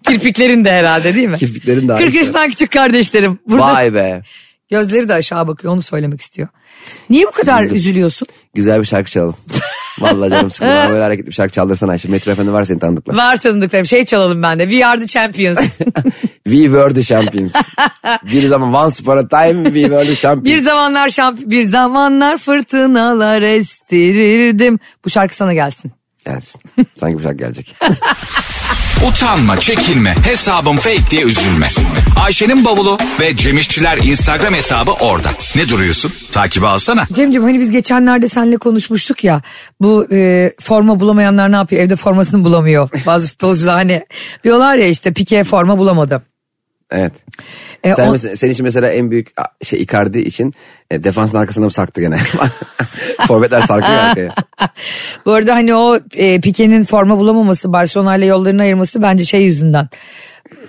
Speaker 1: Kirpiklerin de herhalde değil mi?
Speaker 2: Kirpiklerin de
Speaker 1: 40
Speaker 2: ayrı.
Speaker 1: yaşından küçük kardeşlerim. Burada
Speaker 2: Vay be.
Speaker 1: gözleri de aşağı bakıyor onu söylemek istiyor. Niye bu kadar
Speaker 2: Üzüldüm.
Speaker 1: üzülüyorsun?
Speaker 2: Güzel bir şarkı çalalım. Vallahi canım sıkıldı. Bana Böyle hareketli bir şarkı çaldırsana Ayşe. Metro Efendi var senin tanıdıklar.
Speaker 1: Var tanıdıklarım şey çalalım ben de. We are the champions.
Speaker 2: We were the champions. bir zaman once upon a time we were the
Speaker 1: bir
Speaker 2: champions.
Speaker 1: zamanlar şamp bir zamanlar fırtınalar estirirdim. Bu şarkı sana gelsin.
Speaker 2: Gelsin. Sanki bu şarkı gelecek.
Speaker 3: Utanma, çekinme, hesabım fake diye üzülme. Ayşe'nin bavulu ve Cemişçiler Instagram hesabı orada. Ne duruyorsun? Takibi alsana.
Speaker 1: Cemcim hani biz geçenlerde seninle konuşmuştuk ya bu e, forma bulamayanlar ne yapıyor evde formasını bulamıyor bazı futbolcular hani diyorlar ya işte Pike forma bulamadı.
Speaker 2: Evet.
Speaker 1: E,
Speaker 2: Sen,
Speaker 1: o-
Speaker 2: mesela- senin için mesela en büyük a, şey Icardi için e, defansın arkasına mı sarktı gene? Forvetler sarkıyor arkaya.
Speaker 1: Bu arada hani o e, Pike'nin forma bulamaması Barcelona ile yollarını ayırması bence şey yüzünden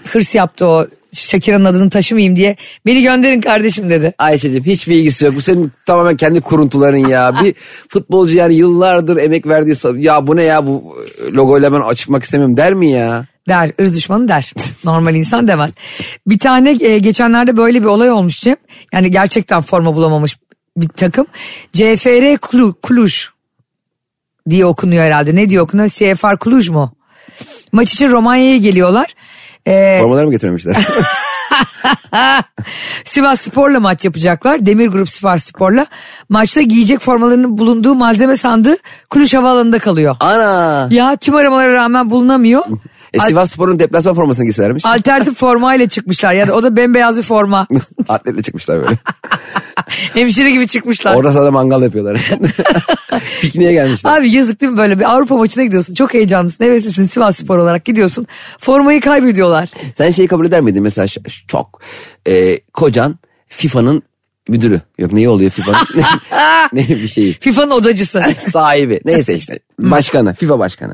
Speaker 1: hırs yaptı o Shakira'nın adını taşımayayım diye beni gönderin kardeşim dedi.
Speaker 2: Ayşe'cim hiçbir ilgisi yok. Bu senin tamamen kendi kuruntuların ya. Bir futbolcu yani yıllardır emek verdiği sa- ya bu ne ya bu e, logoyla ben çıkmak istemiyorum der mi ya?
Speaker 1: Der, ırz düşmanı der. Normal insan demez. Bir tane e, geçenlerde böyle bir olay olmuş Cem. Yani gerçekten forma bulamamış bir takım. CFR Klu, Kluj diye okunuyor herhalde. Ne diye okunuyor? CFR Kluj mu? Maç için Romanya'ya geliyorlar. E,
Speaker 2: Formaları mı getirmemişler?
Speaker 1: Sivas Spor'la maç yapacaklar. Demir Grup Sivas Spor'la. Maçta giyecek formalarının bulunduğu malzeme sandığı Kluj Havaalanı'nda kalıyor.
Speaker 2: Ana!
Speaker 1: Ya tüm aramalara rağmen bulunamıyor.
Speaker 2: E, Sivas Spor'un deplasman formasını giysilermiş.
Speaker 1: Alternatif formayla çıkmışlar. Ya da o da bembeyaz bir forma.
Speaker 2: Atletle çıkmışlar böyle.
Speaker 1: Hemşire gibi çıkmışlar.
Speaker 2: Orada da mangal yapıyorlar. Pikniğe gelmişler.
Speaker 1: Abi yazık değil mi böyle bir Avrupa maçına gidiyorsun. Çok heyecanlısın, heveslisin Sivas Spor olarak gidiyorsun. Formayı kaybediyorlar.
Speaker 2: Sen şeyi kabul eder miydin mesela ş- ş- çok e, kocan FIFA'nın müdürü. Yok neyi oluyor FIFA'nın? ne, ne bir şey? şeyi.
Speaker 1: FIFA'nın odacısı.
Speaker 2: sahibi neyse işte başkanı FIFA başkanı.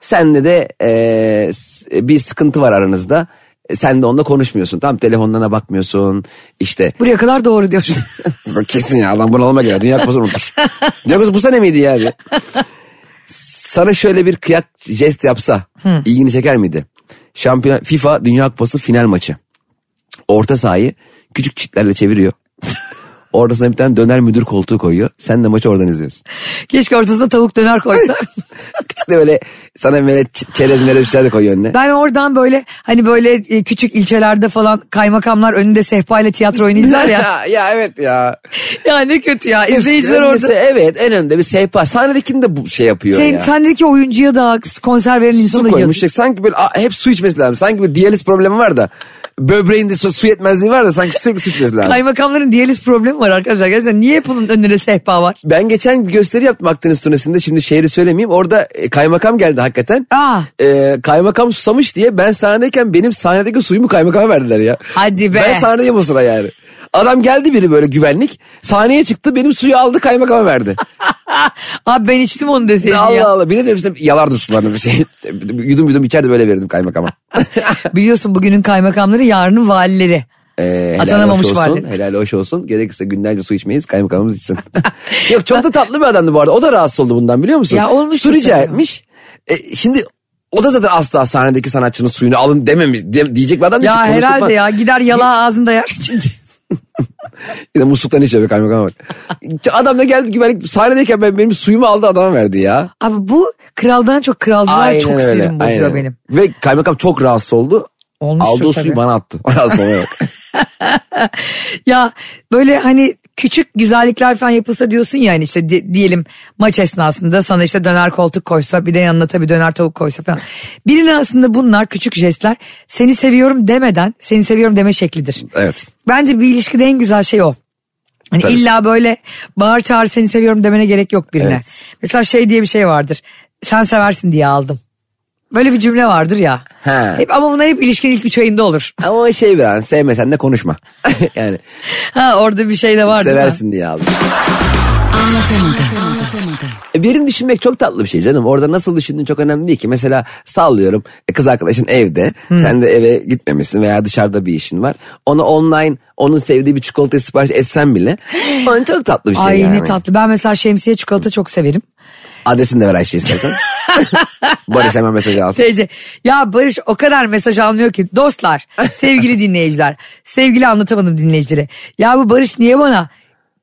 Speaker 2: Sende de e, s- bir sıkıntı var aranızda. E, Sen de onunla konuşmuyorsun. Tam telefonlarına bakmıyorsun. İşte
Speaker 1: Buraya kadar doğru diyor.
Speaker 2: kesin ya adam bunalıma girer. Dünya kupası unutur. Dünya kupası bu sene miydi yani? Sana şöyle bir kıyak jest yapsa ilgini çeker miydi? Şampiyon FIFA Dünya Kupası final maçı. Orta sahayı küçük çitlerle çeviriyor. Ortasına bir tane döner müdür koltuğu koyuyor. Sen de maçı oradan izliyorsun.
Speaker 1: Keşke ortasına tavuk döner koysa.
Speaker 2: İşte böyle sana böyle ç- çerez merez bir şeyler de koyuyor önüne.
Speaker 1: Ben oradan böyle hani böyle e, küçük ilçelerde falan kaymakamlar önünde sehpayla tiyatro oyunu izler ya.
Speaker 2: ya evet ya.
Speaker 1: ya ne kötü ya izleyiciler
Speaker 2: Önünde se-
Speaker 1: orada.
Speaker 2: Evet en önde bir sehpa. Sahnedekini de bu şey yapıyor
Speaker 1: Sen,
Speaker 2: ya.
Speaker 1: sendeki oyuncuya da konser veren
Speaker 2: su
Speaker 1: insana da yazık.
Speaker 2: koymuş. Sanki böyle a, hep su içmesi lazım. Sanki bir diyaliz problemi var da. Böbreğinde su, su yetmezliği var da sanki sürekli su içmesi lazım.
Speaker 1: Kaymakamların diyaliz problemi var arkadaşlar. Gerçekten niye hep bunun önüne sehpa var?
Speaker 2: Ben geçen bir gösteri yaptım Akdeniz turnesinde. Şimdi şehri söylemeyeyim. Orada e, kaymakam geldi hakikaten.
Speaker 1: Aa.
Speaker 2: E, kaymakam susamış diye ben sahnedeyken benim sahnedeki suyumu kaymakama verdiler ya.
Speaker 1: Hadi be.
Speaker 2: Ben sahnedeyim o sıra yani. Adam geldi biri böyle güvenlik. Sahneye çıktı benim suyu aldı kaymakama verdi.
Speaker 1: Abi ben içtim onu deseydin
Speaker 2: Allah
Speaker 1: ya.
Speaker 2: Allah. Bir de demiştim yalardım sularını bir şey. yudum yudum içeride böyle verirdim kaymakama.
Speaker 1: Biliyorsun bugünün kaymakamları yarının valileri.
Speaker 2: Ee,
Speaker 1: Atanamamış
Speaker 2: hoş olsun,
Speaker 1: valiler.
Speaker 2: helal hoş olsun. Gerekirse günlerce su içmeyiz kaymakamımız içsin. Yok çok da tatlı bir adamdı bu arada. O da rahatsız oldu bundan biliyor musun?
Speaker 1: Ya olmuştur
Speaker 2: Su rica
Speaker 1: tabii.
Speaker 2: etmiş. E, şimdi o da zaten asla sahnedeki sanatçının suyunu alın dememiş de- diyecek bir adam değil.
Speaker 1: Ya
Speaker 2: ki. Konuştuk
Speaker 1: herhalde
Speaker 2: falan.
Speaker 1: ya gider yalağı ağzında yer.
Speaker 2: Bir de musluktan içiyor be kaymakama bak. adam da geldi güvenlik sahnedeyken ben, benim suyumu aldı adama verdi ya.
Speaker 1: Abi bu kraldan çok kralcılar çok sinirim bozuyor
Speaker 2: aynen.
Speaker 1: benim.
Speaker 2: Ve kaymakam çok rahatsız oldu.
Speaker 1: Olmuştur
Speaker 2: Aldığı
Speaker 1: tabii.
Speaker 2: suyu bana attı. Rahatsız olmaya bak.
Speaker 1: Ya böyle hani küçük güzellikler falan yapılsa diyorsun ya hani işte di- diyelim maç esnasında sana işte döner koltuk koysa bir de yanına tabii döner tavuk koysa falan. Birine aslında bunlar küçük jestler seni seviyorum demeden seni seviyorum deme şeklidir.
Speaker 2: Evet.
Speaker 1: Bence bir ilişkide en güzel şey o. Hani
Speaker 2: Tabii.
Speaker 1: illa böyle bağır çağır seni seviyorum demene gerek yok birine.
Speaker 2: Evet.
Speaker 1: Mesela şey diye bir şey vardır. Sen seversin diye aldım. Böyle bir cümle vardır ya.
Speaker 2: Ha.
Speaker 1: Hep, ama bunlar hep ilişkinin ilk üç ayında olur.
Speaker 2: Ama o şey biraz sevmesen de konuşma. yani
Speaker 1: Ha orada bir şey de var değil mi?
Speaker 2: seversin diye aldım.
Speaker 4: Anlatamadım.
Speaker 2: E, Birini düşünmek çok tatlı bir şey canım. Orada nasıl düşündüğün çok önemli değil ki. Mesela sallıyorum e, kız arkadaşın evde. Sen de eve gitmemişsin veya dışarıda bir işin var. Ona online onun sevdiği bir çikolata sipariş etsen bile. Onun çok tatlı bir şey
Speaker 1: Ay
Speaker 2: yani.
Speaker 1: ne tatlı. Ben mesela şemsiye çikolata çok severim.
Speaker 2: Adresini de ver Ayşe istersen. Barış hemen mesajı alsın.
Speaker 1: TC. Ya Barış o kadar mesaj almıyor ki. Dostlar, sevgili dinleyiciler, sevgili anlatamadım dinleyicilere. Ya bu Barış niye bana?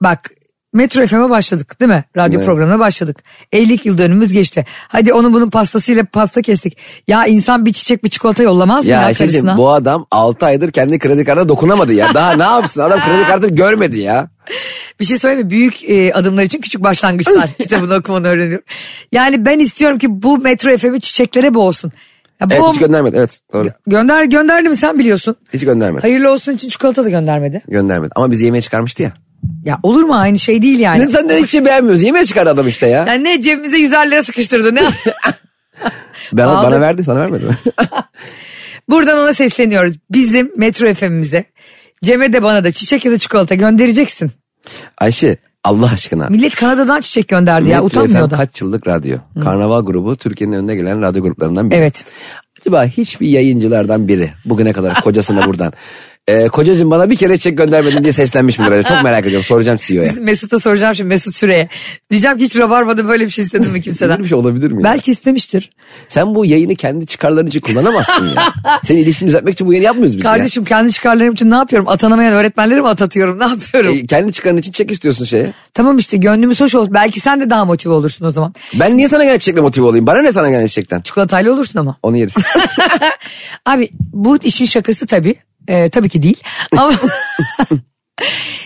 Speaker 1: Bak Metro FM'e başladık değil mi? Radyo
Speaker 2: Evet.
Speaker 1: programına başladık. Evlilik yıl dönümümüz geçti. Hadi onun bunun pastasıyla pasta kestik. Ya insan bir çiçek bir çikolata yollamaz mı ya,
Speaker 2: Ya Ayşe'cim
Speaker 1: karısına?
Speaker 2: bu adam 6 aydır kendi kredi kartına dokunamadı ya. Daha ne yapsın adam kredi kartı görmedi ya.
Speaker 1: Bir şey söyleyeyim mi? Büyük e, adımlar için küçük başlangıçlar kitabını okumanı öğreniyorum. Yani ben istiyorum ki bu Metro FM'i çiçeklere boğulsun. Ya
Speaker 2: Evet
Speaker 1: bu-
Speaker 2: hiç göndermedi evet doğru.
Speaker 1: gönder gönderdi mi sen biliyorsun.
Speaker 2: Hiç göndermedi.
Speaker 1: Hayırlı olsun için çikolata da göndermedi.
Speaker 2: Göndermedi ama bizi yemeğe çıkarmıştı ya.
Speaker 1: Ya olur mu aynı şey değil yani.
Speaker 2: Yani. Sen de hiçbir şey beğenmiyoruz. Yemeğe çıkardı adam işte ya.
Speaker 1: Yani ne cebimize 100 lira sıkıştırdı ne?
Speaker 2: Ben,
Speaker 1: Aldım.
Speaker 2: bana verdi sana vermedi mi?
Speaker 1: Buradan ona sesleniyoruz. Bizim Metro FM'imize. Cem'e de bana da çiçek ya da çikolata göndereceksin.
Speaker 2: Ayşe Allah aşkına.
Speaker 1: Millet Kanada'dan çiçek gönderdi ya
Speaker 2: Metro
Speaker 1: utanmıyor
Speaker 2: FM
Speaker 1: da.
Speaker 2: kaç yıllık radyo. Karnaval grubu Türkiye'nin önde gelen radyo gruplarından biri.
Speaker 1: Evet.
Speaker 2: Acaba hiçbir yayıncılardan biri bugüne kadar kocasına buradan. E, kocacığım bana bir kere çek göndermedin diye seslenmiş midir acaba? Çok merak ediyorum. Soracağım E CEO'ya.
Speaker 1: Biz Mesut'a soracağım şimdi Mesut Süre'ye. Diyeceğim ki hiç rabarbada böyle bir şey istedim mi
Speaker 2: Böyle
Speaker 1: kimseden?
Speaker 2: bir şey olabilir mi? ya?
Speaker 1: Belki istemiştir.
Speaker 2: Sen bu yayını kendi çıkarların için kullanamazsın ya. Senin ilişkini düzeltmek için bu yayını yapmıyoruz biz
Speaker 1: Kardeşim kendi çıkarlarım için ne yapıyorum? Atanamayan öğretmenleri mi atatıyorum? Ne
Speaker 2: ya.
Speaker 1: yapıyorum?
Speaker 2: E, kendi çıkarın için çek istiyorsun şeye.
Speaker 1: tamam işte gönlümüz hoş olsun. Belki sen de daha motive olursun o zaman.
Speaker 2: Ben niye sana gelen çiçekle motive olayım? Bana ne sana gelen çiçekten?
Speaker 1: Çikolatayla olursun ama.
Speaker 2: Onu yeriz.
Speaker 1: Abi bu işin şakası tabii. Ee, tabii ki değil. Ama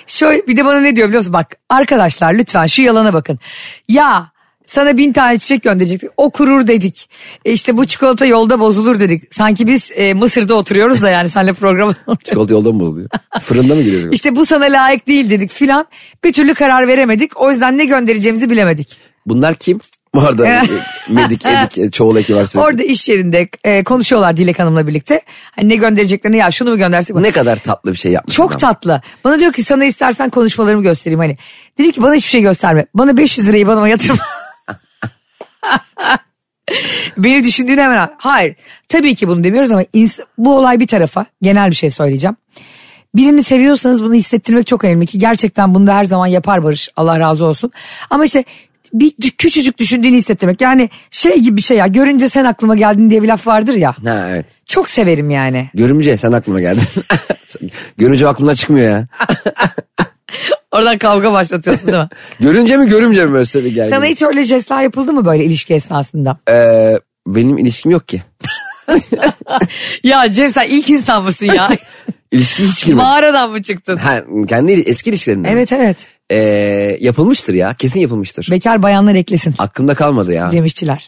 Speaker 1: şöyle bir de bana ne diyor biliyor musun? Bak arkadaşlar lütfen şu yalana bakın. Ya sana bin tane çiçek gönderecektik. O kurur dedik. E işte bu çikolata yolda bozulur dedik. Sanki biz e, Mısır'da oturuyoruz da yani senle programı.
Speaker 2: Çikolata yolda mı bozuluyor? Fırında mı giriyor?
Speaker 1: işte bu sana layık değil dedik filan. Bir türlü karar veremedik. O yüzden ne göndereceğimizi bilemedik.
Speaker 2: Bunlar kim? Bu arada e, medik, edik, e, çoğul eki var sürekli.
Speaker 1: Orada iş yerinde e, konuşuyorlar Dilek Hanım'la birlikte. Hani ne göndereceklerini ya şunu mu göndersek?
Speaker 2: Ne kadar tatlı bir şey yapmış
Speaker 1: Çok
Speaker 2: adam.
Speaker 1: tatlı. Bana diyor ki sana istersen konuşmalarımı göstereyim hani. Dedim ki bana hiçbir şey gösterme. Bana 500 lirayı bana yatırma. Beni düşündüğüne hemen hayır. Tabii ki bunu demiyoruz ama ins- bu olay bir tarafa genel bir şey söyleyeceğim. Birini seviyorsanız bunu hissettirmek çok önemli ki gerçekten bunu da her zaman yapar Barış Allah razı olsun. Ama işte bir dü- küçücük düşündüğünü hissettirmek yani şey gibi bir şey ya görünce sen aklıma geldin diye bir laf vardır ya.
Speaker 2: Ha evet.
Speaker 1: Çok severim yani.
Speaker 2: Görümce sen aklıma geldin. Görünce aklımdan çıkmıyor ya.
Speaker 1: Oradan kavga başlatıyorsun değil mi?
Speaker 2: Görünce mi görümce mi böyle bir gergin?
Speaker 1: Sana hiç öyle jestler yapıldı mı böyle ilişki esnasında?
Speaker 2: Ee, benim ilişkim yok ki.
Speaker 1: Ya Cem sen ilk insan mısın ya?
Speaker 2: İlişki hiç girmedi.
Speaker 1: Mağaradan mı çıktın?
Speaker 2: Ha, kendi il- eski ilişkilerimden. mi?
Speaker 1: Evet evet.
Speaker 2: Ee, yapılmıştır ya. Kesin yapılmıştır.
Speaker 1: Bekar bayanlar eklesin.
Speaker 2: Aklımda kalmadı ya.
Speaker 1: Cem İşçiler.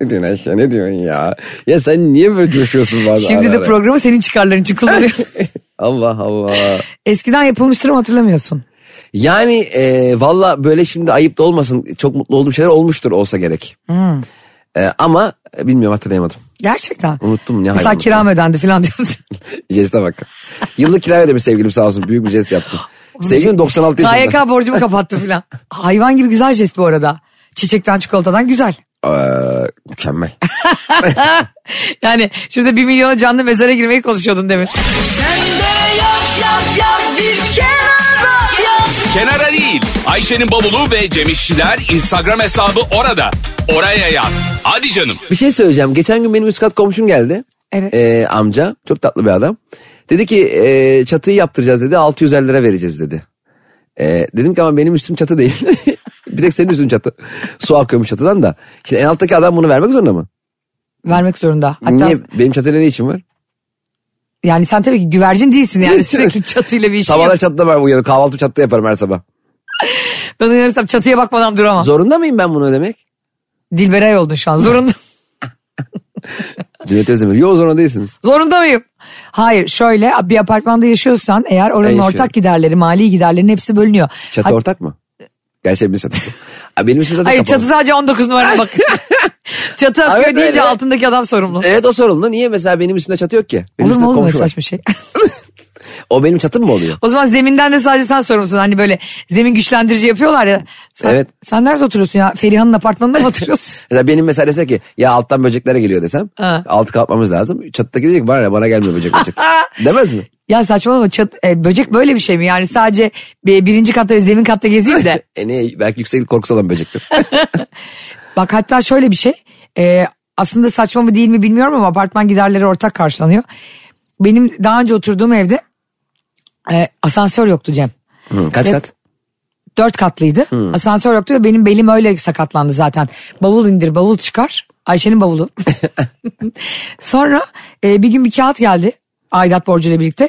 Speaker 2: Ne diyorsun Ayşe ne diyorsun ya? Ya sen niye böyle coşuyorsun bazen
Speaker 1: Şimdi
Speaker 2: ara
Speaker 1: de
Speaker 2: ara?
Speaker 1: programı senin çıkarların için kullanıyorum.
Speaker 2: Allah Allah.
Speaker 1: Eskiden yapılmıştır ama hatırlamıyorsun.
Speaker 2: Yani e, valla böyle şimdi ayıp da olmasın çok mutlu olduğum şeyler olmuştur olsa gerek. E, ama e, bilmiyorum hatırlayamadım.
Speaker 1: Gerçekten.
Speaker 2: Unuttum ne
Speaker 1: Mesela
Speaker 2: hayvan.
Speaker 1: kiram ödendi falan diyorsun.
Speaker 2: Jeste bak. Yıllık kira ödemiş sevgilim sağ olsun büyük bir jest yaptım. Sevgilim 96 yaşında.
Speaker 1: KYK borcumu kapattı falan. Hayvan gibi güzel jest bu arada. Çiçekten çikolatadan güzel.
Speaker 2: Ee, mükemmel.
Speaker 1: Yani şurada bir milyona canlı mezara girmeyi konuşuyordun demin.
Speaker 3: Kenara değil. Ayşe'nin bavulu ve Cemişçiler Instagram hesabı orada. Oraya yaz. Hadi canım.
Speaker 2: Bir şey söyleyeceğim. Geçen gün benim üst kat komşum geldi.
Speaker 1: Evet.
Speaker 2: Ee, amca. Çok tatlı bir adam. Dedi ki e, çatıyı yaptıracağız dedi. 600 lira vereceğiz dedi. Ee, dedim ki ama benim üstüm çatı değil. bir tek senin üstün çatı. Su akıyormuş çatıdan da. Şimdi en alttaki adam bunu vermek zorunda mı?
Speaker 1: Vermek zorunda. Hatta
Speaker 2: Niye? Benim çatıyla ne işim var?
Speaker 1: yani sen tabii ki güvercin değilsin yani sürekli çatıyla bir şey işin yok.
Speaker 2: Sabahlar çatıda ben uyanıyorum. Kahvaltı çatıda yaparım her sabah.
Speaker 1: Ben uyanırsam çatıya bakmadan duramam.
Speaker 2: Zorunda mıyım ben bunu ödemek?
Speaker 1: Dilberay oldun şu an. Zorunda,
Speaker 2: Cüneyt Özdemir. Yok zorunda değilsiniz.
Speaker 1: zorunda mıyım? Hayır şöyle bir apartmanda yaşıyorsan eğer oranın
Speaker 2: Ben yaşıyorum.
Speaker 1: ortak giderleri, mali giderlerin hepsi bölünüyor.
Speaker 2: Çatı
Speaker 1: Hat-
Speaker 2: ortak mı? Gerçi hepimiz çatı. Ha, benim üstüm zaten
Speaker 1: Hayır
Speaker 2: kapalı.
Speaker 1: çatı sadece 19 numara bak. çatı akıyor
Speaker 2: Evet,
Speaker 1: deyince
Speaker 2: öyle.
Speaker 1: altındaki adam sorumlu.
Speaker 2: Evet o sorumlu. Niye mesela benim üstümde çatı yok ki? Benim
Speaker 1: Olur mu
Speaker 2: üstümde
Speaker 1: oğlum öyle
Speaker 2: komşu var.
Speaker 1: saçma şey.
Speaker 2: O benim çatım mı oluyor?
Speaker 1: O zaman zeminden de sadece sen sorumlusun. Hani böyle zemin güçlendirici yapıyorlar ya. Sen,
Speaker 2: Evet.
Speaker 1: Sen nerede oturuyorsun ya? Feriha'nın apartmanında mı oturuyorsun?
Speaker 2: Mesela benim mesela dese ki ya alttan böceklere geliyor desem
Speaker 1: Ha.
Speaker 2: altı kalkmamız lazım. Çatıda gidecek bana ne bana gelmiyor böcek böcek. Demez mi?
Speaker 1: ya saçmalama çat, e, böcek böyle bir şey mi? Yani sadece bir- birinci katta ve zemin katta gezeyim de.
Speaker 2: E ne belki yükseklik korkusu olan böcektir.
Speaker 1: Bak hatta şöyle bir şey. e, aslında saçma mı değil mi bilmiyorum ama apartman giderleri ortak karşılanıyor. Benim daha önce oturduğum evde e, asansör yoktu Cem.
Speaker 2: Hı, kaç
Speaker 1: Ve-
Speaker 2: kat?
Speaker 1: Dört katlıydı. Asansör yoktu ve benim belim öyle sakatlandı zaten. Bavul indir bavul çıkar. Ayşe'nin bavulu. Sonra e, bir gün bir kağıt geldi. Aidat borcuyla birlikte.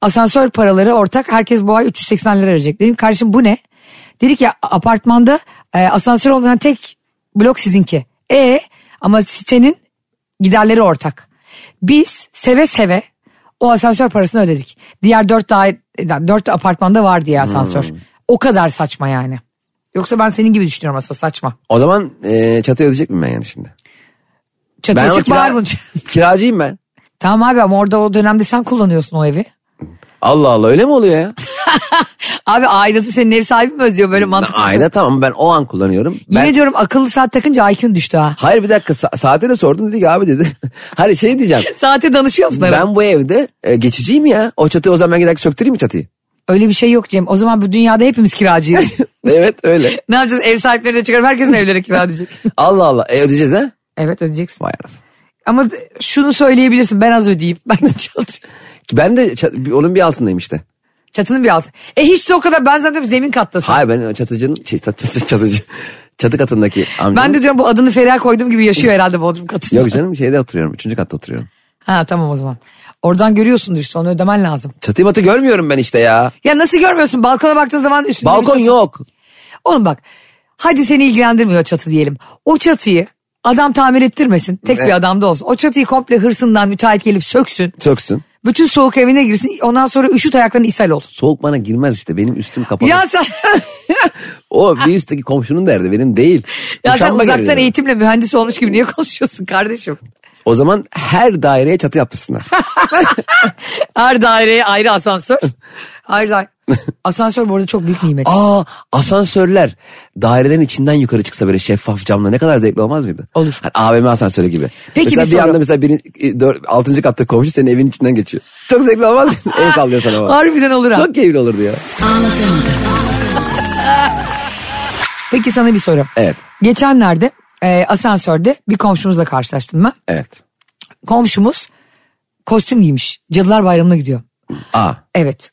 Speaker 1: Asansör paraları ortak. Herkes bu ay 380 lira verecek. Dedim kardeşim bu ne? Dedi ki apartmanda e, asansör olmayan tek blok sizinki. E ama sitenin giderleri ortak. Biz seve seve o asansör parasını ödedik. Diğer dört, daire, dört apartmanda var diye asansör.
Speaker 2: Hmm.
Speaker 1: O kadar saçma yani. Yoksa ben senin gibi düşünüyorum aslında saçma.
Speaker 2: O zaman e, çatıya ödeyecek miyim ben yani şimdi? Ben
Speaker 1: Çatıya
Speaker 2: ama
Speaker 1: çık
Speaker 2: kira-
Speaker 1: bağır bunun için.
Speaker 2: Kiracıyım ben.
Speaker 1: Tamam abi ama orada o dönemde sen kullanıyorsun o evi.
Speaker 2: Allah Allah öyle mi oluyor ya?
Speaker 1: Abi aidatı senin ev sahibi mi özlüyor böyle mantıklı.
Speaker 2: Ayda tamam ben o an kullanıyorum.
Speaker 1: Yine
Speaker 2: Ben,
Speaker 1: diyorum akıllı saat takınca IQ'un düştü ha.
Speaker 2: hayır bir dakika sa- saate de sordum dedi ki abi dedi. Hayır şey diyeceğim.
Speaker 1: Saate danışıyor musun? arada?
Speaker 2: Ben bu evde e, geçiciyim ya. O çatıyı o zaman ben giderek söktüreyim mi çatıyı?
Speaker 1: Öyle bir şey yok Cem. O zaman bu dünyada hepimiz kiracıyız.
Speaker 2: Evet öyle.
Speaker 1: ne yapacağız? Ev sahipleri de çıkarıp herkesin evleri kira diyecek.
Speaker 2: Allah Allah. E, ödeyeceğiz ha?
Speaker 1: evet ödeyeceksin.
Speaker 2: Vay anasını.
Speaker 1: Ama d- şunu söyleyebilirsin ben az ödeyeyim. Ben de çalışıyorum.
Speaker 2: Ki Ben de ça- bir- onun bir altındayım işte.
Speaker 1: Çatının biraz. E hiç de o kadar ben zannediyorum zemin kattasın.
Speaker 2: Hayır ben o çatıcının şey, çatı, çatı- çatıcı, çatı katındaki amcam.
Speaker 1: Ben de diyorum bu adını Feriha koyduğum gibi yaşıyor herhalde Bodrum katında.
Speaker 2: Yok canım şeyde oturuyorum. Üçüncü katta oturuyorum.
Speaker 1: Ha tamam o zaman. Oradan görüyorsundur işte onu ödemen lazım.
Speaker 2: Çatıyı batı görmüyorum ben işte ya.
Speaker 1: Ya nasıl görmüyorsun balkona baktığın zaman üstünde bir
Speaker 2: Balkon
Speaker 1: çatı-
Speaker 2: yok.
Speaker 1: Oğlum bak hadi seni ilgilendirmiyor çatı diyelim. O çatıyı adam tamir ettirmesin tek bir
Speaker 2: Evet.
Speaker 1: adamda olsun. O çatıyı komple hırsından müteahhit gelip söksün.
Speaker 2: Söksün.
Speaker 1: Bütün soğuk evine girsin ondan sonra üşüt ayaklarını ishal olsun.
Speaker 2: Soğuk bana girmez işte benim üstüm kapalı.
Speaker 1: Ya sen,
Speaker 2: O bir üstteki komşunun derdi benim değil.
Speaker 1: ya sen
Speaker 2: Uşanma
Speaker 1: uzaktan
Speaker 2: geliyor.
Speaker 1: eğitimle mühendis olmuş gibi niye konuşuyorsun kardeşim?
Speaker 2: O zaman her daireye çatı yaptırsınlar.
Speaker 1: Her daireye ayrı asansör. Her daire. Asansör bu arada çok büyük nimet.
Speaker 2: Aa asansörler dairelerin içinden yukarı çıksa böyle şeffaf camla ne kadar zevkli olmaz mıydı?
Speaker 1: Olur.
Speaker 2: Hani AVM asansörü gibi.
Speaker 1: Peki
Speaker 2: mesela
Speaker 1: bir
Speaker 2: bir,
Speaker 1: soru.
Speaker 2: anda mesela birin, e, dör- altıncı katta komşu senin evin içinden geçiyor. Çok zevkli olmaz mı? El sallıyor sana bak.
Speaker 1: Harbiden olur ha.
Speaker 2: Çok keyifli olurdu ya.
Speaker 4: Anlatamadım.
Speaker 1: Peki sana bir soru.
Speaker 2: Evet.
Speaker 1: Geçenlerde e, asansörde bir komşumuzla karşılaştım ben.
Speaker 2: Evet.
Speaker 1: Komşumuz kostüm giymiş. Cadılar Bayramı'na gidiyor.
Speaker 2: Aa.
Speaker 1: Evet.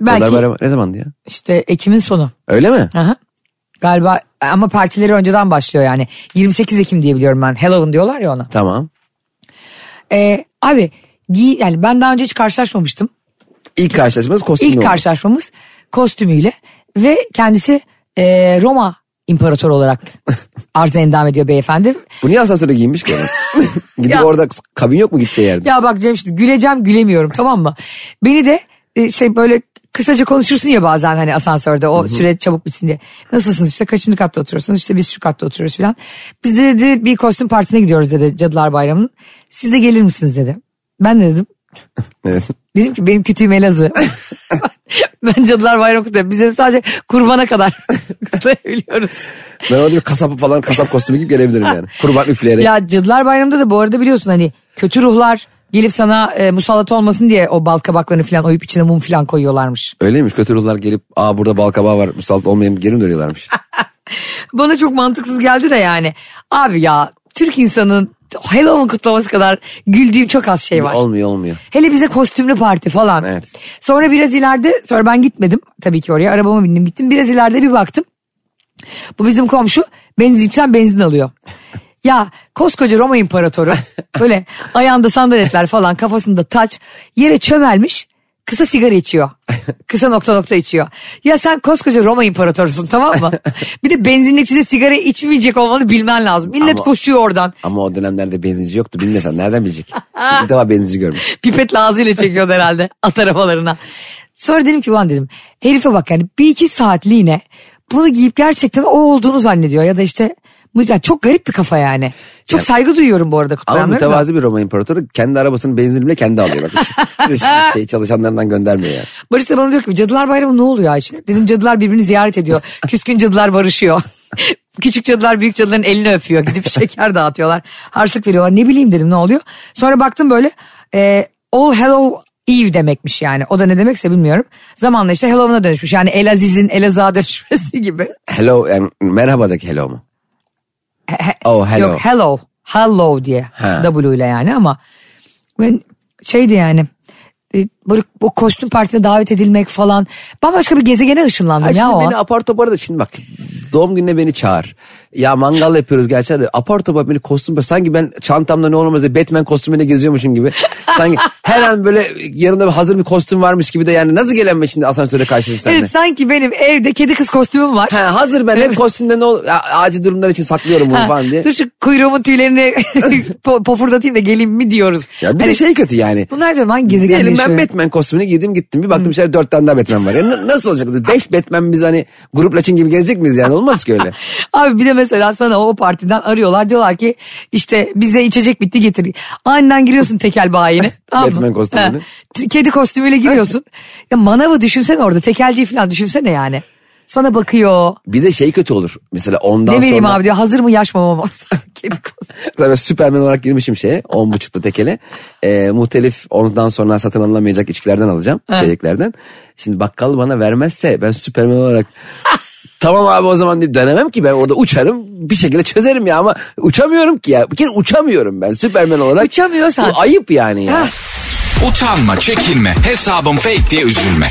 Speaker 2: Belki...
Speaker 1: Belki
Speaker 2: ne zamandı ya?
Speaker 1: işte Ekim'in sonu.
Speaker 2: Öyle mi?
Speaker 1: Aha. Galiba ama partileri önceden başlıyor yani. 28 Ekim diye biliyorum ben. Halloween diyorlar ya ona.
Speaker 2: Tamam.
Speaker 1: E, abi giy, yani ben daha önce hiç karşılaşmamıştım.
Speaker 2: İlk karşılaşmamız kostümlü
Speaker 1: İlk
Speaker 2: oldu.
Speaker 1: karşılaşmamız kostümüyle ve kendisi e, Roma imparatoru olarak arz endam ediyor beyefendi.
Speaker 2: Bu niye asansöre giyinmiş ki? adam? Gidip
Speaker 1: Ya.
Speaker 2: orada kabin yok mu gideceği yerde?
Speaker 1: Ya bak Cem şimdi güleceğim gülemiyorum tamam mı? Beni de e, şey böyle kısaca konuşursun ya bazen hani asansörde o süre çabuk bitsin diye. Nasılsınız işte kaçıncı katta oturuyorsunuz işte biz şu katta oturuyoruz filan. Biz de dedi bir kostüm partisine gidiyoruz dedi Cadılar Bayramı'nın. Siz de gelir misiniz dedi. Ben de dedim
Speaker 2: Evet.
Speaker 1: Dedim ki benim kütüğüm Elazığ. ben Cadılar Bayramı kutluyorum. Biz dedim sadece kurbana kadar kutlayabiliyoruz.
Speaker 2: Ben orada bir kasap falan kasap kostümü gibi gelebilirim yani. Kurban üfleyerek.
Speaker 1: Ya Cadılar Bayramı'nda da bu arada biliyorsun hani kötü ruhlar gelip sana e, musallat olmasın diye o bal kabaklarını falan oyup içine mum falan koyuyorlarmış.
Speaker 2: Öyleymiş kötü ruhlar gelip aa burada bal kabağı var musallat olmayayım geri mi dönüyorlarmış?
Speaker 1: Bana çok mantıksız geldi de yani. Abi ya Türk insanın Halloween kutlaması kadar güldüğüm çok az şey var.
Speaker 2: olmuyor olmuyor.
Speaker 1: Hele bize kostümlü parti falan.
Speaker 2: Evet.
Speaker 1: Sonra biraz ileride sonra ben gitmedim tabii ki oraya arabama bindim gittim. Biraz ileride bir baktım. Bu bizim komşu benzinlikten benzin alıyor. Ya koskoca Roma imparatoru böyle ayağında sandaletler falan kafasında taç yere çömelmiş kısa sigara içiyor. Kısa nokta nokta içiyor. Ya sen koskoca Roma imparatorusun tamam mı? Bir de benzinlikçide sigara içmeyecek olmanı bilmen lazım. Millet
Speaker 2: Ama-
Speaker 1: koşuyor oradan.
Speaker 2: Ama o dönemlerde benzinci yoktu bilmesen nereden bilecek? İlk defa benzinci görmüş.
Speaker 1: pipetle ağzıyla çekiyordu herhalde at arabalarına. Sonra dedim ki ulan dedim herife bak yani bir iki saatliğine bunu giyip gerçekten o olduğunu zannediyor ya da işte bu- yani çok garip bir kafa yani. Çok saygı duyuyorum bu arada
Speaker 2: Ama
Speaker 1: kutlayanlara. da.
Speaker 2: mütevazi bir Roma imparatoru kendi arabasının benzinimle kendi alıyor. Bak, hiç- şey, çalışanlarından göndermiyor yani.
Speaker 1: Barış da bana diyor ki cadılar bayramı ne oluyor Ayşe? Dedim cadılar birbirini ziyaret ediyor. Küskün cadılar barışıyor. Küçük cadılar büyük cadıların elini öpüyor. Gidip şeker dağıtıyorlar. Harçlık veriyorlar. Ne bileyim dedim ne oluyor. Sonra baktım böyle e, All Hallow Eve demekmiş yani. O da ne demekse bilmiyorum. Zamanla işte Halloween'a dönüşmüş. Yani El Aziz'in El Aziz'a dönüşmesi gibi.
Speaker 2: Hello yani merhabadaki hello mu?
Speaker 1: he-
Speaker 2: Oh, hello.
Speaker 1: Yok hello. Hello diye.
Speaker 2: Ha.
Speaker 1: W ile yani ama. Ben şeydi yani. e, Böyle o kostüm partisine davet edilmek falan. Bambaşka bir gezegene ışınlandım
Speaker 2: Ay
Speaker 1: ya
Speaker 2: şimdi
Speaker 1: o
Speaker 2: beni
Speaker 1: an.
Speaker 2: apar topar da şimdi bak doğum gününe beni çağır. Ya mangal yapıyoruz gerçi de apar topar beni kostüm sanki ben çantamda ne olmaz diye Batman kostümüyle geziyormuşum gibi. Sanki her an böyle yanımda bir hazır bir kostüm varmış gibi de yani nasıl gelemem şimdi asansörde karşılayayım seninle.
Speaker 1: Evet sanki benim evde kedi kız kostümüm var.
Speaker 2: Ha, hazır ben hep kostümde ne ol ya, acil durumlar için saklıyorum bunu
Speaker 1: Ha,
Speaker 2: falan diye.
Speaker 1: Dur şu kuyruğumun tüylerini po- pofurdatayım da geleyim mi diyoruz.
Speaker 2: Ya bir de
Speaker 1: Hani
Speaker 2: şey kötü yani.
Speaker 1: Bunlar diyorum hangi gezegende
Speaker 2: Diyelim ben
Speaker 1: yaşıyor?
Speaker 2: Batman kostümüne girdim gittim bir baktım şöyle dört tane daha Batman var. Ya na- nasıl olacak? Beş Batman biz hani grup laçın gibi gezecek miyiz yani olmaz ki öyle.
Speaker 1: Abi bir de mesela sana o partiden arıyorlar diyorlar ki işte bize içecek bitti getir. Aniden giriyorsun tekel bayine. tamam mı?
Speaker 2: Batman kostümüyle.
Speaker 1: Ha, t- Kedi kostümüyle giriyorsun. ya manavı düşünsene orada tekelciyi falan düşünsene yani. Sana bakıyor.
Speaker 2: Bir de şey kötü olur. Mesela ondan
Speaker 1: ne vereyim
Speaker 2: sonra.
Speaker 1: abi diyor hazır mı yaş mama mı? Kedi kostümü.
Speaker 2: Tabii Süpermen olarak girmişim şeye. On buçukta tekele. Ee, muhtelif ondan sonra satın alınamayacak içkilerden alacağım. içeceklerden. Şimdi bakkal bana vermezse ben Süpermen olarak... tamam abi o zaman deyip dönemem ki ben orada uçarım bir şekilde çözerim ya ama uçamıyorum ki ya. Bir kere uçamıyorum ben Süpermen olarak.
Speaker 1: Uçamıyorsan.
Speaker 2: Bu ayıp yani ya.
Speaker 1: Ha.
Speaker 3: Utanma, çekinme, hesabım fake diye üzülme.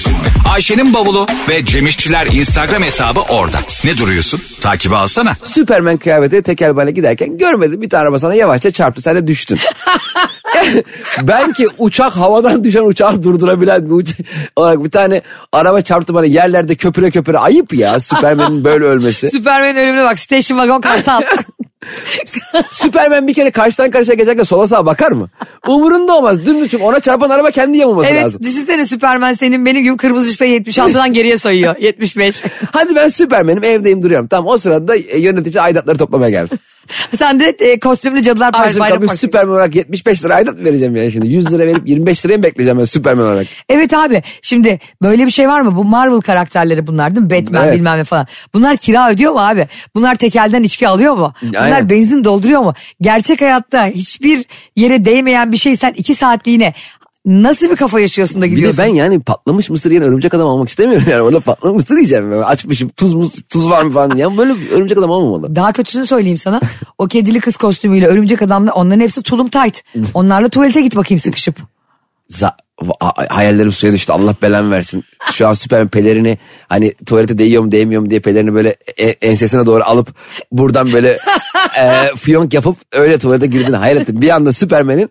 Speaker 3: Ayşe'nin bavulu ve Cemişçiler Instagram hesabı orada. Ne duruyorsun? Takibi alsana.
Speaker 2: Süpermen kıyafeti tekelbane giderken görmedim bir tane araba sana yavaşça çarptı sen de düştün. ben ki uçak havadan düşen uçağı durdurabilen bir uç- olarak bir tane araba çarptı bana yerlerde köpüre köpüre ayıp ya Süpermen'in böyle ölmesi.
Speaker 1: Süpermen'in ölümüne bak station wagon kartal.
Speaker 2: Süpermen bir kere karşıdan karşıya geçerken sola sağa bakar mı? Umurunda olmaz dümdüz çünkü ona çarpan araba kendi yamulması
Speaker 1: evet
Speaker 2: lazım.
Speaker 1: düşünsene Süpermen senin benim gibi kırmızı ışıkta 76'dan geriye sayıyor. 75.
Speaker 2: Hadi ben Süpermen'im evdeyim duruyorum. Tamam o sırada da e, yönetici aidatları toplamaya geldi.
Speaker 1: Sen de e, kostümlü cadılar
Speaker 2: Ay
Speaker 1: Par-
Speaker 2: şimdi
Speaker 1: bayram
Speaker 2: tabii
Speaker 1: partisi.
Speaker 2: Süpermen olarak 75 lira aidat vereceğim yani şimdi. 100 lira verip 25 liraya mı bekleyeceğim ben Süpermen olarak?
Speaker 1: Evet abi şimdi böyle bir şey var mı? Bu Marvel karakterleri bunlar değil mi? Batman
Speaker 2: Evet.
Speaker 1: bilmem ne falan. Bunlar kira ödüyor mu abi? Bunlar tekelden içki alıyor mu? Bunlar
Speaker 2: Aynen.
Speaker 1: benzin dolduruyor mu? Gerçek hayatta hiçbir yere değmeyen bir şey sen iki saatliğine nasıl bir kafa yaşıyorsun da
Speaker 2: Bir de
Speaker 1: gidiyorsun?
Speaker 2: ben yani patlamış mısır yiyen örümcek adam almak istemiyorum yani. Orada patlamış mısır yiyeceğim. Ben açmışım tuz mus, tuz var mı falan. Yani böyle bir örümcek adam olmamalı.
Speaker 1: Daha kötüsünü söyleyeyim sana. O kedili kız kostümüyle örümcek adamla onların hepsi tulum tight. Onlarla tuvalete git bakayım sıkışıp.
Speaker 2: Za- va- a- hayallerim suya düştü. Allah belamı versin. Şu an süper pelerini hani tuvalete değiyor mu değmiyor mu diye pelerini böyle e- ensesine doğru alıp buradan böyle e, fiyonk yapıp öyle tuvalete girdiğini hayal ettim. Bir anda Süpermen'in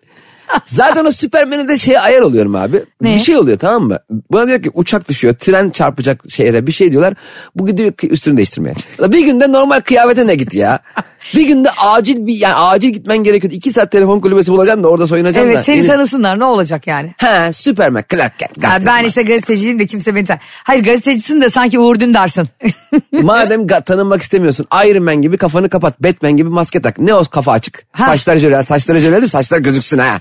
Speaker 2: Zaten o Süpermen'e de şeye ayar oluyorum abi.
Speaker 1: Ne?
Speaker 2: Bir şey oluyor tamam mı? Bana diyor ki uçak düşüyor, tren çarpacak şehre bir şey diyorlar. Bu gidiyor ki üstünü değiştirmeye. La Bir günde normal kıyafete ne git ya? Bir günde acil bir yani acil gitmen gerekiyor. İki saat telefon kulübesi bulacaksın da orada soyunacaksın da.
Speaker 1: Evet seni
Speaker 2: Yine-
Speaker 1: sanısınlar ne olacak yani?
Speaker 2: Ha Superman Clark Kent
Speaker 1: Ya
Speaker 2: gazeteci.
Speaker 1: ben işte gazeteciyim de kimse beni tan- Hayır gazetecisin de sanki Uğur Dündar'sın.
Speaker 2: Madem ga- tanınmak istemiyorsun Iron Man gibi kafanı kapat Batman gibi maske tak. Ne o kafa açık.
Speaker 1: Ha.
Speaker 2: Saçlar jöle saçlar jöle değil mi? saçlar gözüksün ha.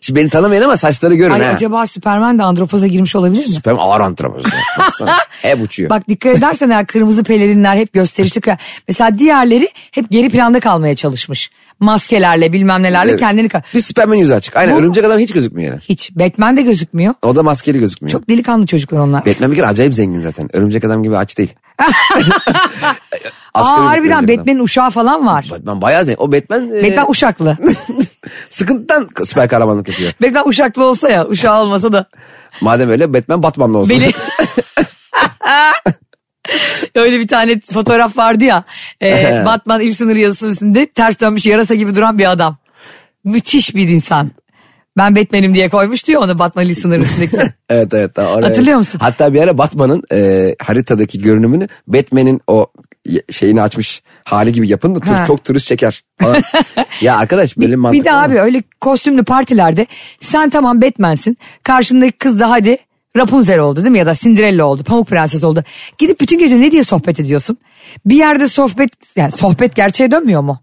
Speaker 2: Şimdi beni tanımayın ama saçları görün
Speaker 1: Ay
Speaker 2: ha.
Speaker 1: acaba Süpermen de andropoza girmiş olabilir mi?
Speaker 2: Superman ağır antrenör. Baksana, Hep uçuyor.
Speaker 1: Bak dikkat edersen eğer kırmızı pelerinler hep gösterişli. kıyafet- Mesela diğerleri hep geri planda kalmaya çalışmış. Maskelerle bilmem nelerle
Speaker 2: Evet.
Speaker 1: kendini... ka-
Speaker 2: Bir Superman yüzü açık. Aynen
Speaker 1: Bu-
Speaker 2: örümcek adam hiç gözükmüyor yani.
Speaker 1: Hiç Batman de gözükmüyor.
Speaker 2: O da maskeli gözükmüyor.
Speaker 1: Çok delikanlı çocuklar onlar.
Speaker 2: Batman bir kere acayip zengin zaten. Örümcek adam gibi aç değil.
Speaker 1: Aa
Speaker 2: Asgari ücretli
Speaker 1: harbiden
Speaker 2: örümcek adam.
Speaker 1: Batman'in uşağı falan var.
Speaker 2: Batman bayağı zengin. O Batman, e,
Speaker 1: Batman uşaklı.
Speaker 2: sıkıntıdan süper kahramanlık yapıyor.
Speaker 1: Batman uşaklı olsa ya uşağı olmasa da.
Speaker 2: Madem öyle Batman Batman'la olsun.
Speaker 1: Beni... Öyle bir tane fotoğraf vardı ya. e, Batman il sınırı yazısının üstünde ters dönmüş yarasa gibi duran bir adam. Müthiş bir insan. Ben Batman'im diye koymuştu ya onu Batman il sınırı üstündeki.
Speaker 2: Evet evet. Daha oraya-
Speaker 1: Hatırlıyor musun?
Speaker 2: Hatta bir ara Batman'ın e, haritadaki görünümünü Batman'in o y- şeyini açmış hali gibi yapın da tur-
Speaker 1: Ha.
Speaker 2: çok turist çeker. falan. ya arkadaş benim mantık.
Speaker 1: bir de abi öyle kostümlü partilerde sen tamam Batman'sin. Karşındaki kız da hadi Rapunzel oldu değil mi ya da Cinderella oldu Pamuk Prenses oldu. Gidip bütün gece ne diye sohbet ediyorsun? Bir yerde sohbet yani sohbet gerçeğe dönmüyor mu?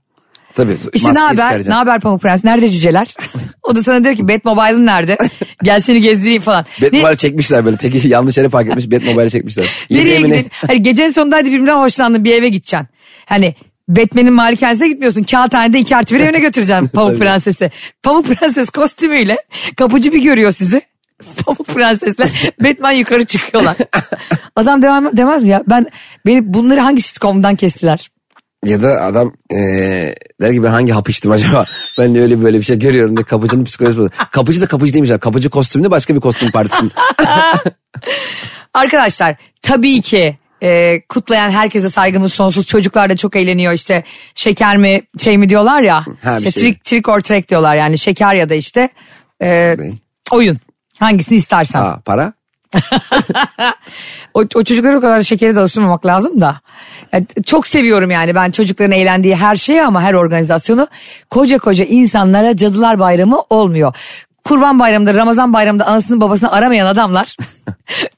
Speaker 2: Tabii.
Speaker 1: İşte şey ne
Speaker 2: maskeyi
Speaker 1: haber?
Speaker 2: çıkaracaksın.
Speaker 1: Ne haber Pamuk Prens? Nerede cüceler? o da sana diyor ki Batmobile'ın nerede? Gel seni gezdireyim falan. Ne-
Speaker 2: Batmobile'i çekmişler böyle. Teki yanlış yere fark etmiş. Batmobile'i çekmişler.
Speaker 1: nereye
Speaker 2: Yemeğe mi ne?
Speaker 1: gideyim? Hani gecenin sonunda hadi birbirinden hoşlandın bir eve gideceksin. Hani Batman'in malikanesine gitmiyorsun. Kağıthanede iki artı bir evine götüreceğim Pamuk
Speaker 2: Tabii.
Speaker 1: Prenses'i. Pamuk Prenses kostümüyle kapıcı bir görüyor sizi. Pamuk Prenses'le Batman yukarı çıkıyorlar. Adam devam demez mi ya? Ben beni bunları hangi sitcom'dan kestiler?
Speaker 2: Ya da adam eee der ki ben hangi hap içtim acaba? Ben de öyle böyle bir şey görüyorum diye kapıcının psikolojisi bozuluyor. Kapıcı da kapıcı değilmiş. abi. Kapıcı kostümlü başka bir kostüm partisinin.
Speaker 1: Arkadaşlar tabii ki e, kutlayan herkese saygımız sonsuz. Çocuklar da çok eğleniyor işte şeker mi şey mi diyorlar ya.
Speaker 2: Ha, bir
Speaker 1: işte
Speaker 2: şey.
Speaker 1: trik, trik or trek diyorlar yani şeker ya da işte e, oyun. Hangisini istersen.
Speaker 2: Aa, para?
Speaker 1: O, o çocuklara o kadar şekere de alıştırmamak lazım da. Yani t- çok seviyorum yani ben çocukların eğlendiği her şeyi ama her organizasyonu. Koca koca insanlara Cadılar Bayramı olmuyor. Kurban Bayramı'nda, Ramazan Bayramı'nda anasını babasını aramayan adamlar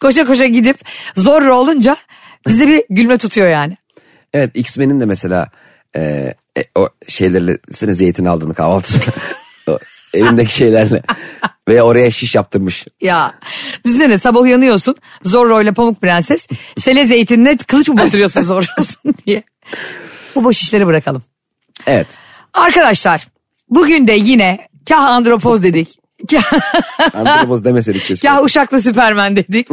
Speaker 1: koşa koşa gidip zorla olunca bizde bir gülme tutuyor yani.
Speaker 2: Evet X-Men'in de mesela eee, e, o şeylerle sene zeytin aldığını kahvaltıda. O elindeki şeylerle. Ve oraya şiş yaptırmış.
Speaker 1: Ya düşünsene sabah uyanıyorsun Zorro ile Pamuk Prenses sele zeytinine kılıç mı batırıyorsun Zorro'sun diye. Bu boş işleri bırakalım.
Speaker 2: Evet.
Speaker 1: Arkadaşlar bugün de yine kah andropoz dedik. Kah,
Speaker 2: Antropoz demesedik keşke.
Speaker 1: kah uşaklı süpermen dedik.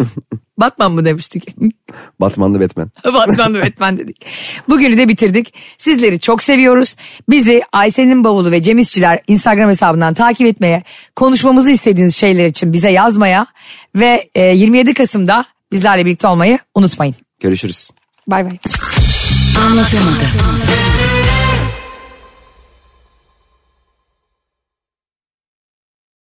Speaker 1: Batman mı demiştik?
Speaker 2: Batmanlı Batman.
Speaker 1: Batman ve Batman dedik. Bugünü de bitirdik. Sizleri çok seviyoruz. Bizi Ayşe'nin bavulu ve Cem İşçiler Instagram hesabından takip etmeye, konuşmamızı istediğiniz şeyler için bize yazmaya ve e, 27 Kasım'da bizlerle birlikte olmayı unutmayın.
Speaker 2: Görüşürüz.
Speaker 1: Bay bay.
Speaker 4: Anlatamadım.